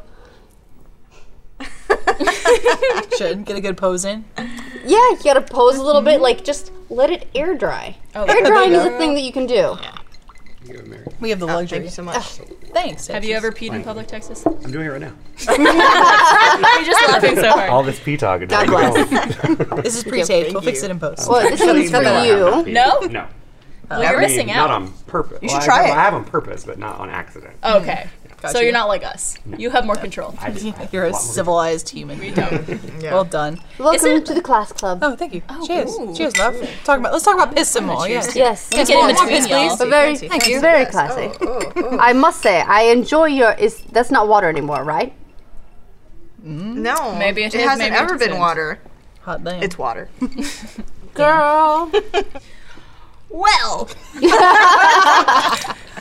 Speaker 3: Should get a good pose in.
Speaker 4: yeah, you gotta pose a little bit, like just let it air dry.
Speaker 1: Oh,
Speaker 4: Air drying is
Speaker 1: yeah.
Speaker 4: a thing that you can do.
Speaker 6: You're married.
Speaker 3: We have the luxury.
Speaker 2: Thank you so much.
Speaker 3: Thanks.
Speaker 1: Have you ever peed in public, Texas? You're
Speaker 6: I'm doing it right now.
Speaker 1: just laughing so hard.
Speaker 6: All this pee talking.
Speaker 4: God bless.
Speaker 3: This is pre-taped. We'll
Speaker 2: you.
Speaker 3: fix it in post.
Speaker 4: Well, this one's for you.
Speaker 1: No?
Speaker 6: No.
Speaker 1: Well, you're
Speaker 6: I mean,
Speaker 1: missing
Speaker 6: Not
Speaker 1: out.
Speaker 6: on purpose. You
Speaker 2: should try
Speaker 6: I,
Speaker 2: it.
Speaker 6: I have on purpose, but not on accident.
Speaker 1: Okay. So
Speaker 3: Gotcha.
Speaker 1: you're not like us. You have more control.
Speaker 6: I just, I have
Speaker 3: You're a
Speaker 6: lot more-
Speaker 3: civilized human.
Speaker 1: We don't.
Speaker 2: Yeah.
Speaker 3: Well done.
Speaker 4: Welcome to the class club.
Speaker 3: Oh, thank you. cheers.
Speaker 1: ooh.
Speaker 3: Cheers, love. Talk about. Let's talk about piss some more. Yes.
Speaker 4: Yes.
Speaker 3: Yes,
Speaker 1: Get in
Speaker 3: more- more
Speaker 1: between
Speaker 3: piss,
Speaker 1: y'all.
Speaker 3: please.
Speaker 4: But very,
Speaker 3: Thank you.
Speaker 4: very classic.
Speaker 2: Oh, oh.
Speaker 4: I must say, I enjoy your. Is that's not water anymore, right?
Speaker 2: No,
Speaker 1: Maybe it is,
Speaker 2: hasn't
Speaker 1: maybe it
Speaker 2: ever been
Speaker 1: isn't.
Speaker 2: water.
Speaker 3: Hot damn.
Speaker 2: It's water.
Speaker 4: Girl.
Speaker 1: Well,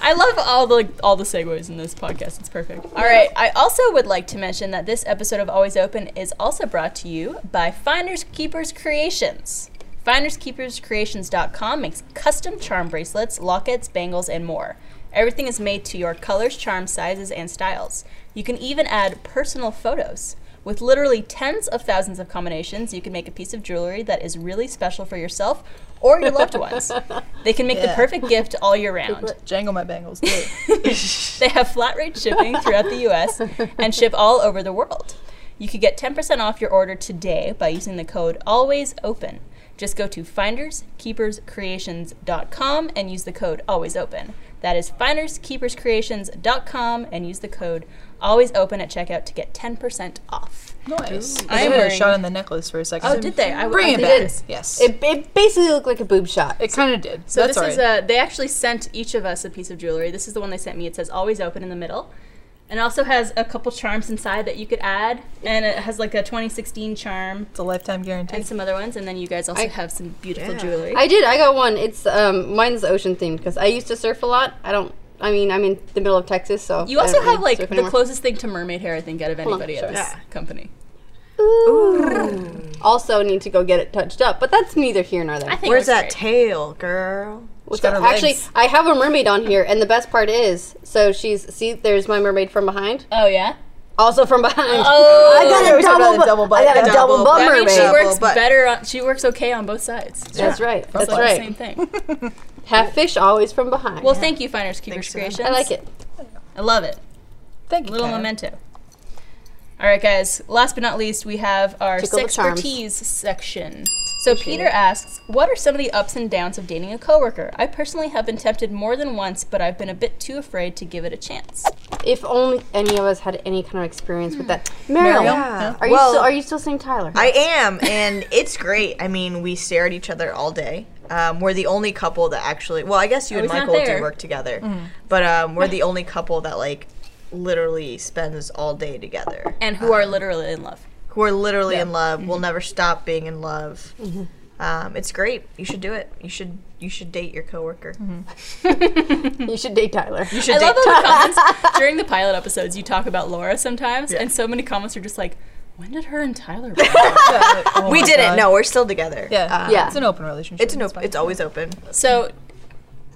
Speaker 1: I love all the all the segues in this podcast. It's perfect. All right.
Speaker 5: I also would like to mention that this episode of Always Open is also brought to you by Finders Keepers Creations. FindersKeepersCreations.com makes custom charm bracelets, lockets, bangles, and more. Everything is made to your colors, charms, sizes, and styles. You can even add personal photos. With literally tens of thousands of combinations, you can make a piece of jewelry that is really special for yourself or your loved ones. They can make the
Speaker 3: Yeah.
Speaker 5: perfect gift all year round.
Speaker 3: Jangle my bangles. Do it.
Speaker 5: <laughs> They have flat rate shipping throughout the US and ship all over the world. You could get 10% off your order today by using the code ALWAYSOPEN. Just go to finderskeeperscreations.com and use the code ALWAYSOPEN. That is finderskeeperscreations.com and use the code ALWAYSOPEN at checkout to get 10% off.
Speaker 3: Nice.
Speaker 1: I am
Speaker 3: I gave it a
Speaker 1: wearing-
Speaker 3: shot in the necklace for a second.
Speaker 1: Oh, did they? I
Speaker 3: Bring it
Speaker 1: I
Speaker 3: back.
Speaker 1: think-
Speaker 3: Yes. It,
Speaker 4: It, it basically looked like a boob shot.
Speaker 3: kind of did.
Speaker 1: So
Speaker 3: That's
Speaker 1: this
Speaker 3: all
Speaker 1: is uh
Speaker 3: right.
Speaker 1: they actually sent each of us a piece of jewelry. This is the one they sent me. It says always open in the middle. And it also has a couple charms inside that you could add. And it has like a 2016 charm
Speaker 3: It's a lifetime guarantee.
Speaker 1: and some other ones. And then you guys also have some beautiful jewelry.
Speaker 4: I did. I got one. It's um, mine's ocean themed because I used to surf a lot. I don't. I mean, I'm in the middle of Texas, so
Speaker 1: you
Speaker 4: I
Speaker 1: also
Speaker 4: don't really
Speaker 1: have like
Speaker 4: surf
Speaker 1: the
Speaker 4: anymore.
Speaker 1: closest thing to mermaid hair I think out of
Speaker 4: on,
Speaker 1: anybody at
Speaker 4: sure.
Speaker 1: this company.
Speaker 4: Also, need to go get it touched up, but that's neither here nor there.
Speaker 1: I think
Speaker 2: Where's
Speaker 1: it looks
Speaker 2: that tail, girl?
Speaker 4: What's
Speaker 3: got
Speaker 4: up?
Speaker 3: her legs.
Speaker 4: Actually, I have a mermaid on here, and the best part is, so she's see, there's my mermaid from behind,
Speaker 1: great. Oh yeah.
Speaker 4: also from behind.
Speaker 1: <laughs> Oh,
Speaker 4: I got
Speaker 3: Yeah,
Speaker 4: a
Speaker 3: we talked about
Speaker 4: double,
Speaker 3: the
Speaker 4: bu-
Speaker 3: double butt.
Speaker 4: I got a
Speaker 3: Yeah.
Speaker 4: double,
Speaker 2: Double butt.
Speaker 4: butt
Speaker 1: that means
Speaker 4: mermaid.
Speaker 1: she
Speaker 2: Double,
Speaker 1: works
Speaker 2: but-
Speaker 1: better on she works okay on both sides. It's
Speaker 4: That's right.
Speaker 1: like
Speaker 4: That's
Speaker 1: the
Speaker 4: right.
Speaker 1: same thing.
Speaker 4: Have fish always from behind.
Speaker 1: Well, thank you, Finders Keepers
Speaker 2: Thanks for
Speaker 1: Creations.
Speaker 2: that.
Speaker 4: I like it.
Speaker 1: I love it.
Speaker 3: Thank you.
Speaker 1: little
Speaker 3: Kat.
Speaker 1: memento. All right, guys. Last but not least, we have our
Speaker 4: Tickle the charms.
Speaker 1: sexpertise section. So Peter asks, "What are some of the ups and downs of dating a coworker? I personally have been tempted more than once, but I've been a bit too afraid to give it a chance."
Speaker 4: If only any of us had any kind of experience with that. Mariel,
Speaker 2: Yeah.
Speaker 4: are you
Speaker 2: Well-
Speaker 4: still are you still seeing Tyler?
Speaker 2: I am, and it's great. I mean, we stare at each other all day. Um, we're the only couple that actually. Well, I guess you and
Speaker 1: he's not
Speaker 2: Michael do
Speaker 1: there.
Speaker 2: work together, but um, we're the only couple that like literally spends all day together.
Speaker 1: And who are literally in love?
Speaker 3: Mm-hmm.
Speaker 2: Who are literally in love. Will never stop being in love. Um, it's great. You should do it. You should you should date your coworker.
Speaker 4: You should date Tyler.
Speaker 2: You should
Speaker 1: I
Speaker 2: date
Speaker 1: love how
Speaker 2: <laughs>
Speaker 1: the comments during the pilot episodes you talk about Laura sometimes, and so many comments are just like, "When did her and Tyler?" break up?"
Speaker 3: Oh
Speaker 2: We
Speaker 3: my
Speaker 2: didn't.
Speaker 3: God.
Speaker 2: No, we're still together.
Speaker 3: Yeah.
Speaker 2: Um,
Speaker 4: Yeah.
Speaker 3: It's an open relationship.
Speaker 2: It's an open. It's always open.
Speaker 1: so,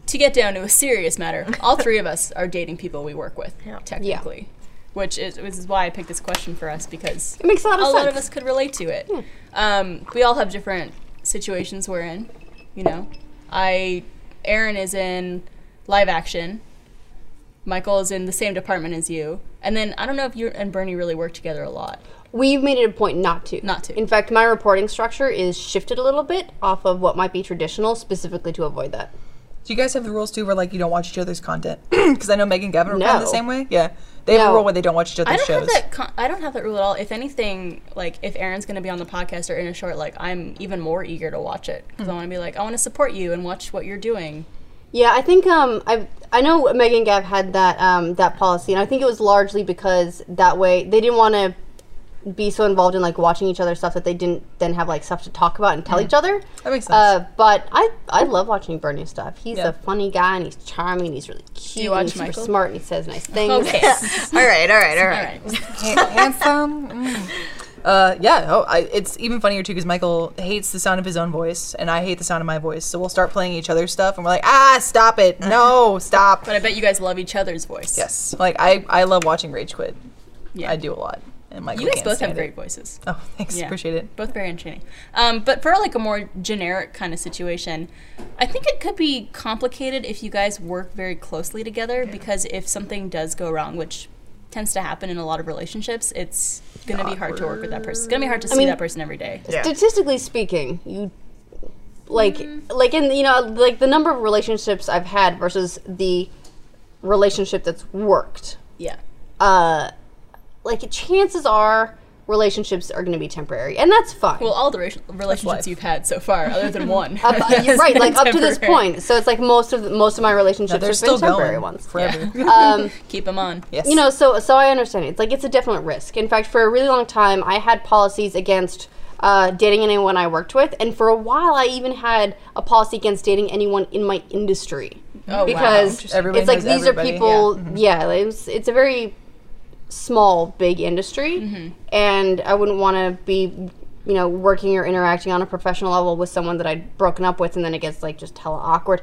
Speaker 1: to get down to a serious matter, all three of us are dating people we work with, technically, which is which is why I picked this question for us because
Speaker 4: It makes a lot
Speaker 1: a
Speaker 4: of
Speaker 1: lot
Speaker 4: sense. Hmm.
Speaker 1: of us could relate to it. Um, we all have different situations we're in. You know, I, Aaron is in live action. Michael is in the same department as you, and then I don't know if you and Bernie really work together a lot.
Speaker 4: We've made it a point not to.
Speaker 1: Not to.
Speaker 4: In fact, my reporting structure is shifted a little bit off of what might be traditional, specifically to avoid that.
Speaker 3: Do you guys have the rules too, where like you don't watch each other's content? <clears throat> Because I know Megan and Gavin are kind of the
Speaker 4: No.
Speaker 3: same way. Yeah, they have a
Speaker 4: No.
Speaker 3: rule where they don't watch each
Speaker 1: I don't
Speaker 3: other's shows.
Speaker 1: have that. Con- I don't have that rule at all. If anything, like if Aaron's going to be on the podcast or in a short, like I'm even more eager to watch it because I want to be like I want to support you and watch what you're doing.
Speaker 4: Yeah, I think um, I I know Megan and Gav had that um, that policy, and I think it was largely because that way they didn't want to be so involved in like watching each other stuff that they didn't then have like stuff to talk about and tell each other.
Speaker 3: That makes sense.
Speaker 4: Uh, but I I love watching Bernie stuff. He's
Speaker 3: Yeah.
Speaker 4: a funny guy and he's charming and he's really cute.
Speaker 1: you watch
Speaker 4: and he's super
Speaker 1: Michael?
Speaker 4: smart and he says nice things.
Speaker 1: Okay,
Speaker 2: <laughs> all right. All right. All
Speaker 1: all
Speaker 2: right.
Speaker 1: right.
Speaker 3: Ha- handsome. mm. Uh, yeah, oh, I, it's even funnier too because Michael hates the sound of his own voice, and I hate the sound of my voice. So we'll start playing each other's stuff, and we're like, ah,
Speaker 1: <laughs>
Speaker 3: stop it, no, stop.
Speaker 1: But I bet you guys love each other's voice.
Speaker 3: Yes, like I, I love watching Rage Quit.
Speaker 1: Yeah.
Speaker 3: I do a lot, and Michael.
Speaker 1: You guys
Speaker 3: can't
Speaker 1: both have
Speaker 3: stand
Speaker 1: great
Speaker 3: it.
Speaker 1: voices.
Speaker 3: <laughs> Oh, thanks,
Speaker 1: Yeah.
Speaker 3: appreciate it.
Speaker 1: both very entertaining. Um, but for like a more generic kind of situation, I think it could be complicated if you guys work very closely together because if something does go wrong, which tends to happen in a lot of relationships, it's gonna be hard to work with that person. It's gonna be hard to see
Speaker 4: mean-
Speaker 1: that person every day.
Speaker 2: Yeah.
Speaker 4: statistically speaking, you like like in you know like the number of relationships I've had versus the relationship that's worked.
Speaker 1: Yeah.
Speaker 4: Uh, like chances are relationships are going to be temporary, and that's fine. <laughs>
Speaker 1: Well, all the ra- relationships
Speaker 3: life.
Speaker 1: you've had so far, other than one,
Speaker 4: Up- uh,
Speaker 1: <laughs>
Speaker 4: you're right, like up to this
Speaker 1: Temporary.
Speaker 4: point. So it's like most of most of my relationships
Speaker 3: They're
Speaker 4: have
Speaker 3: still
Speaker 4: been temporary
Speaker 3: going
Speaker 4: ones.
Speaker 3: forever.
Speaker 1: keep them on.
Speaker 3: Yes,
Speaker 4: you know so so i understand it. it's like it's a definite risk in fact for a really long time i had policies against uh, dating anyone i worked with and for a while i even had a policy against dating anyone in my industry
Speaker 1: Oh,
Speaker 4: because
Speaker 3: Everybody
Speaker 4: it's
Speaker 3: knows
Speaker 4: like these
Speaker 3: everybody, Mm-hmm.
Speaker 4: are people yeah, like, it's, it's a very small big industry
Speaker 3: Mm-hmm.
Speaker 4: and i wouldn't want to be you know working or interacting on a professional level with someone that i'd broken up with and then it gets like just hella awkward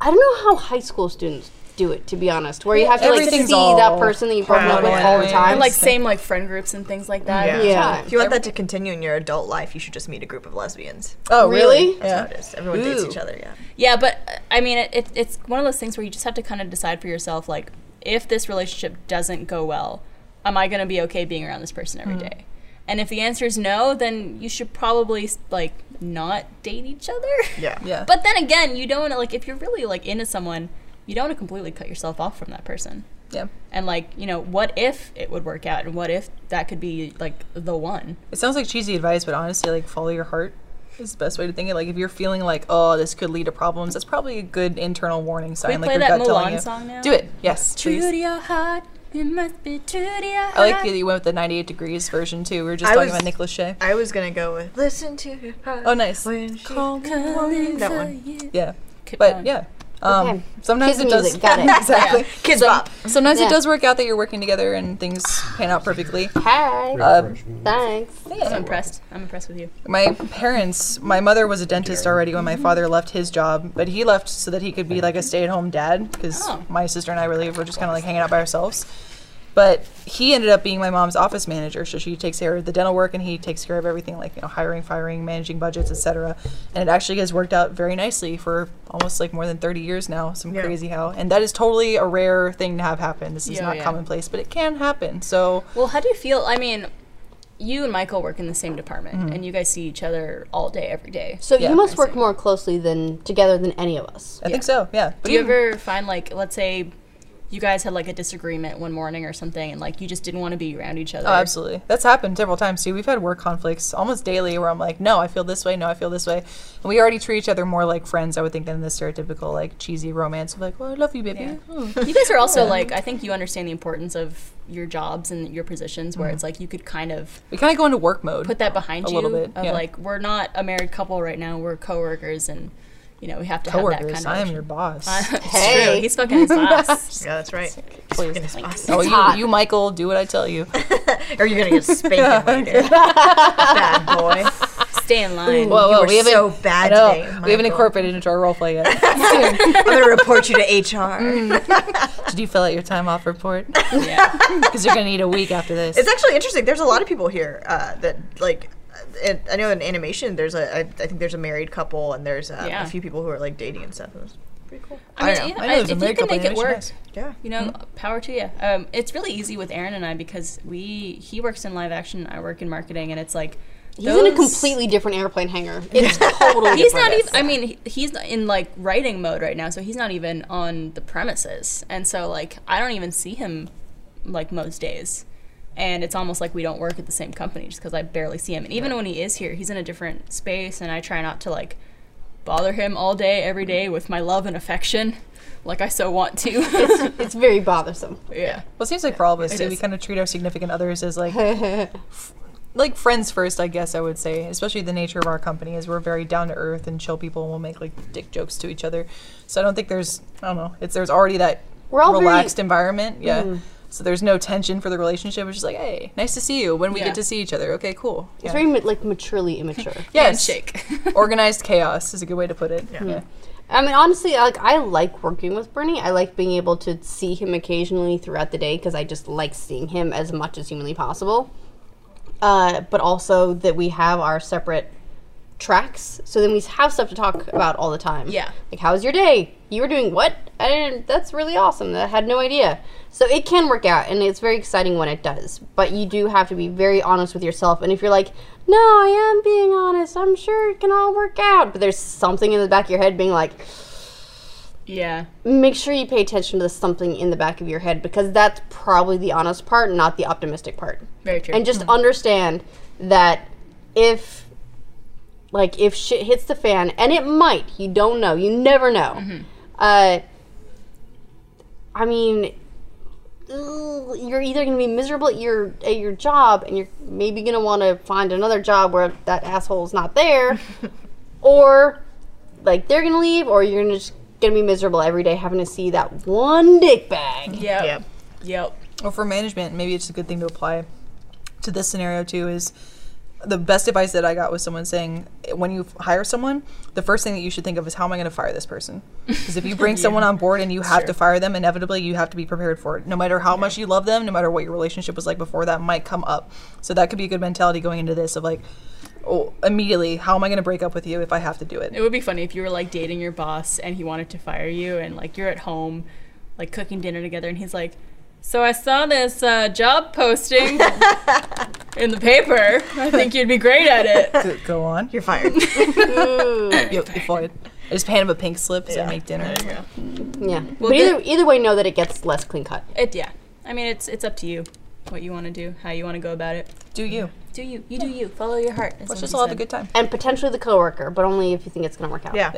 Speaker 4: i don't know how high school students do it to be honest where you have to like
Speaker 3: Everything's
Speaker 4: see that
Speaker 3: all
Speaker 4: person that you've broken up with
Speaker 3: crowded.
Speaker 4: all the time
Speaker 1: And like same like friend groups and things like that.
Speaker 2: Yeah.
Speaker 4: yeah
Speaker 2: If you want that to continue in your adult life, you should just meet a group of lesbians.
Speaker 3: Oh,
Speaker 4: Really?
Speaker 3: Yeah.
Speaker 2: That's how it is. Everyone dates
Speaker 3: Ooh.
Speaker 2: each other. Yeah.
Speaker 1: Yeah, but uh, I mean, it, it, it's one of those things where you just have to kind of decide for yourself, like, if this relationship doesn't go well, am I going to be okay being around this person every
Speaker 3: Mm-hmm.
Speaker 1: day? And if the answer is no, then you should probably s- like not date each other.
Speaker 2: Yeah.
Speaker 3: Yeah.
Speaker 1: <laughs> But then again, you don't want to like if you're really like into someone, you don't want to completely cut yourself off from that person.
Speaker 3: yeah.
Speaker 1: And like, you know, what if it would work out and what if that could be like the one?
Speaker 3: It sounds like cheesy advice, but honestly, like follow your heart is the best way to think it. Like if you're feeling like, oh, this could lead to problems, that's probably a good internal warning sign. like
Speaker 1: play
Speaker 3: your
Speaker 1: that
Speaker 3: gut telling
Speaker 1: Mulan
Speaker 3: you.
Speaker 1: song now?
Speaker 3: Do it. Yes.
Speaker 1: True
Speaker 3: Please.
Speaker 1: to your heart, it must be true to your heart.
Speaker 3: I like that you went with the 98 degrees version too. We were just
Speaker 2: I
Speaker 3: talking
Speaker 2: was-
Speaker 3: about Nick Lachey.
Speaker 2: I was gonna go with listen to your
Speaker 4: uh,
Speaker 2: heart
Speaker 3: Oh, nice.
Speaker 2: when she-
Speaker 1: Calling
Speaker 2: that
Speaker 1: for
Speaker 2: one.
Speaker 1: you.
Speaker 3: Yeah.
Speaker 1: Keep
Speaker 3: But
Speaker 1: going.
Speaker 3: yeah. Um,
Speaker 4: Okay.
Speaker 3: Sometimes
Speaker 4: Kids
Speaker 3: it does.
Speaker 4: music, got
Speaker 3: <laughs>
Speaker 4: it.
Speaker 3: exactly.
Speaker 2: Kids
Speaker 3: Some-
Speaker 2: Bop.
Speaker 3: Sometimes it
Speaker 4: Yeah.
Speaker 3: does work out that you're working together and things pan out perfectly.
Speaker 4: hi
Speaker 3: Uh,
Speaker 4: um, thanks
Speaker 1: I'm impressed. I'm impressed with you.
Speaker 3: My parents, my mother was a dentist already when my father left his job, but he left so that he could be like a stay at home dad because
Speaker 1: Oh.
Speaker 3: my sister and I really were just kind of like hanging out by ourselves. But he ended up being my mom's office manager, so she takes care of the dental work and he takes care of everything like you know hiring, firing, managing budgets, etc. And it actually has worked out very nicely for almost like more than 30 years now. Some crazy how, and that is totally a rare thing to have happen. This is
Speaker 1: Yeah,
Speaker 3: not
Speaker 1: yeah.
Speaker 3: commonplace, but it can happen. So
Speaker 1: Well, how do you feel? I mean, you and Michael work in the same department,
Speaker 3: Mm-hmm.
Speaker 1: and you guys see each other all day, every day.
Speaker 4: so
Speaker 3: Yeah.
Speaker 4: you must work more closely than together than any of us
Speaker 3: I think so, yeah. But
Speaker 1: Do you
Speaker 3: even-
Speaker 1: ever find like, let's say, you guys had like a disagreement one morning or something, and like you just didn't want to be around each other.
Speaker 3: Oh, absolutely. That's happened several times too. We've had work conflicts almost daily where I'm like, no, I feel this way, no, I feel this way. And we already treat each other more like friends, I would think, than the stereotypical, like, cheesy romance of like, well, I love you, baby. Hmm. Ooh.
Speaker 1: you guys are also like I think you understand the importance of your jobs and your positions, where it's like you could kind of
Speaker 3: We kind of go into work mode.
Speaker 1: put that behind
Speaker 3: Mm-hmm. A
Speaker 1: you
Speaker 3: little bit,
Speaker 1: of
Speaker 3: yeah.
Speaker 1: like we're not a married couple right now we're coworkers and you know we have to have that
Speaker 3: coworkers.
Speaker 1: kind of
Speaker 3: I am your boss.
Speaker 1: it's true he's fucking his
Speaker 3: <laughs>
Speaker 1: boss
Speaker 2: Yeah, that's right.
Speaker 3: Please.
Speaker 2: Goodness, boss.
Speaker 3: Oh, you, you, Michael, do what I tell you.
Speaker 2: Or you're gonna
Speaker 3: <laughs>
Speaker 2: get spanked later. Bad boy.
Speaker 1: stay in line
Speaker 3: Whoa,
Speaker 2: you
Speaker 3: whoa,
Speaker 2: were
Speaker 3: Oh, we haven't.
Speaker 2: so bad
Speaker 3: I know.
Speaker 2: today,
Speaker 3: we haven't
Speaker 2: Michael.
Speaker 3: incorporated into our role play yet. <laughs>
Speaker 2: I'm gonna report you to HR.
Speaker 3: Did you fill out your time off report? Yeah. Because you're gonna need a week after this.
Speaker 2: It's actually interesting. There's a lot of people here uh, that like. uh, I know in animation, there's a I, I think there's a married couple, and there's um,
Speaker 1: Yeah.
Speaker 2: a few people who are like dating and stuff. It was pretty cool.
Speaker 1: I
Speaker 2: I
Speaker 1: mean,
Speaker 2: know.
Speaker 1: yeah,
Speaker 3: I know
Speaker 1: I- if
Speaker 3: there's a
Speaker 1: you
Speaker 3: married
Speaker 1: can
Speaker 3: couple
Speaker 1: make it
Speaker 3: animation,
Speaker 1: work
Speaker 3: yes.
Speaker 2: Yeah.
Speaker 1: you know uh, power to you um, it's really easy with aaron and i because we he works in live action i work in marketing and it's like
Speaker 4: He's in a
Speaker 1: those-
Speaker 4: completely different airplane hangar.
Speaker 3: <laughs>
Speaker 4: It's totally
Speaker 1: he's
Speaker 4: different.
Speaker 1: not even i mean he- he's in like writing mode right now so he's not even on the premises and so like i don't even see him like most days and it's almost like we don't work at the same company just because i barely see him and even when he is here he's in a different space and i try not to like bother him all day every day with my love and affection like i so want to
Speaker 4: It's very bothersome.
Speaker 1: <laughs> yeah
Speaker 3: Well, it seems like for all of us, too, we
Speaker 1: is.
Speaker 3: kind of treat our significant others as like, f- like friends first. I guess I would say, especially the nature of our company is we're very down to earth and chill people, and we'll make like dick jokes to each other. So I don't think there's, I don't know, it's there's already that
Speaker 4: We're all very-
Speaker 3: relaxed environment. Yeah. So there's no tension for the relationship. It's just like, hey, nice to see you. When we
Speaker 1: Yeah.
Speaker 3: get to see each other, okay, cool. Yeah.
Speaker 4: It's very ma- like maturely immature.
Speaker 3: Yes.
Speaker 1: <laughs> shake
Speaker 3: Organized chaos is a good way to put it. Yeah.
Speaker 4: I mean, honestly, like I like working with Bernie. I like being able to see him occasionally throughout the day because I just like seeing him as much as humanly possible. Uh, but also that we have our separate tracks, so then we have stuff to talk about all the time.
Speaker 1: Yeah.
Speaker 4: Like, how was your day? You were doing what? I didn't. That's really awesome. I had no idea. So it can work out, and it's very exciting when it does. But you do have to be very honest with yourself. And if you're like, "No, I am being honest. I'm sure it can all work out," but there's something in the back of your head being like,
Speaker 1: yeah
Speaker 4: make sure you pay attention to the something in the back of your head because that's probably the honest part, not the optimistic part.
Speaker 1: very true
Speaker 4: And just understand that if like if shit hits the fan and it might, you don't know, you never know. Uh I mean ugh, you're either going to be miserable at your at your job and you're maybe going to want to find another job where that asshole's not there or like they're going to leave or you're gonna just going to be miserable every day having to see that one dick bag.
Speaker 1: yep
Speaker 2: Yep.
Speaker 1: yep, yep.
Speaker 3: Or for management, maybe it's a good thing to apply to this scenario too. Is the best advice that I got was someone saying, when you hire someone, the first thing that you should think of is how am I going to fire this person? Because if you bring someone on board and you have to fire them, inevitably you have to be prepared for it. No matter how much you love them, no matter what your relationship was like before, that might come up. So that could be a good mentality going into this of like, oh, immediately, how am I going to break up with you if I have to do it?
Speaker 1: It would be funny if you were like dating your boss and he wanted to fire you, and like you're at home, like cooking dinner together, and he's like, "So I saw this uh, job posting in the paper. I think you'd be great at it."
Speaker 3: Go- Go on.
Speaker 2: You're fired.
Speaker 3: You're fired. I just hand him a pink slip so I make dinner.
Speaker 4: Yeah. but either, either way know that it gets less clean cut.
Speaker 1: it yeah. I mean, it's it's up to you what you want to do, how you want to go about it.
Speaker 3: Do you?
Speaker 1: Do you? You do you. Follow your heart. as
Speaker 3: Let's
Speaker 1: Lindsay
Speaker 3: just all have a
Speaker 1: said.
Speaker 3: good time.
Speaker 4: and potentially the coworker, but only if you think it's gonna work out.
Speaker 2: yeah.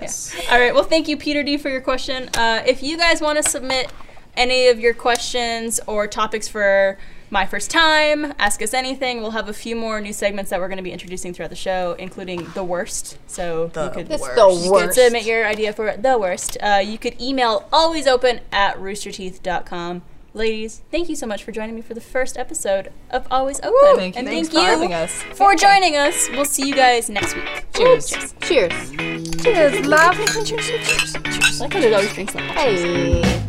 Speaker 1: All right. Well, thank you, Peter D, for your question. Uh, if you guys want to submit any of your questions or topics for my first time, ask us anything. We'll have a few more new segments that we're going to be introducing throughout the show, including the worst. So
Speaker 2: The
Speaker 1: you could
Speaker 4: It's
Speaker 2: Worst.
Speaker 4: the
Speaker 1: you could
Speaker 4: worst.
Speaker 1: submit your idea for the worst. Uh, you could email alwaysopen at roosterteeth.com. Ladies, thank you so much for joining me for the first episode of Always Open.
Speaker 3: Thank you.
Speaker 1: and
Speaker 3: Thanks
Speaker 1: thank
Speaker 3: for having
Speaker 1: you
Speaker 3: us.
Speaker 1: for joining us. We'll see you guys next week.
Speaker 3: Cheers.
Speaker 4: Cheers. Cheers, love.
Speaker 1: I could always drink some.
Speaker 4: Hey.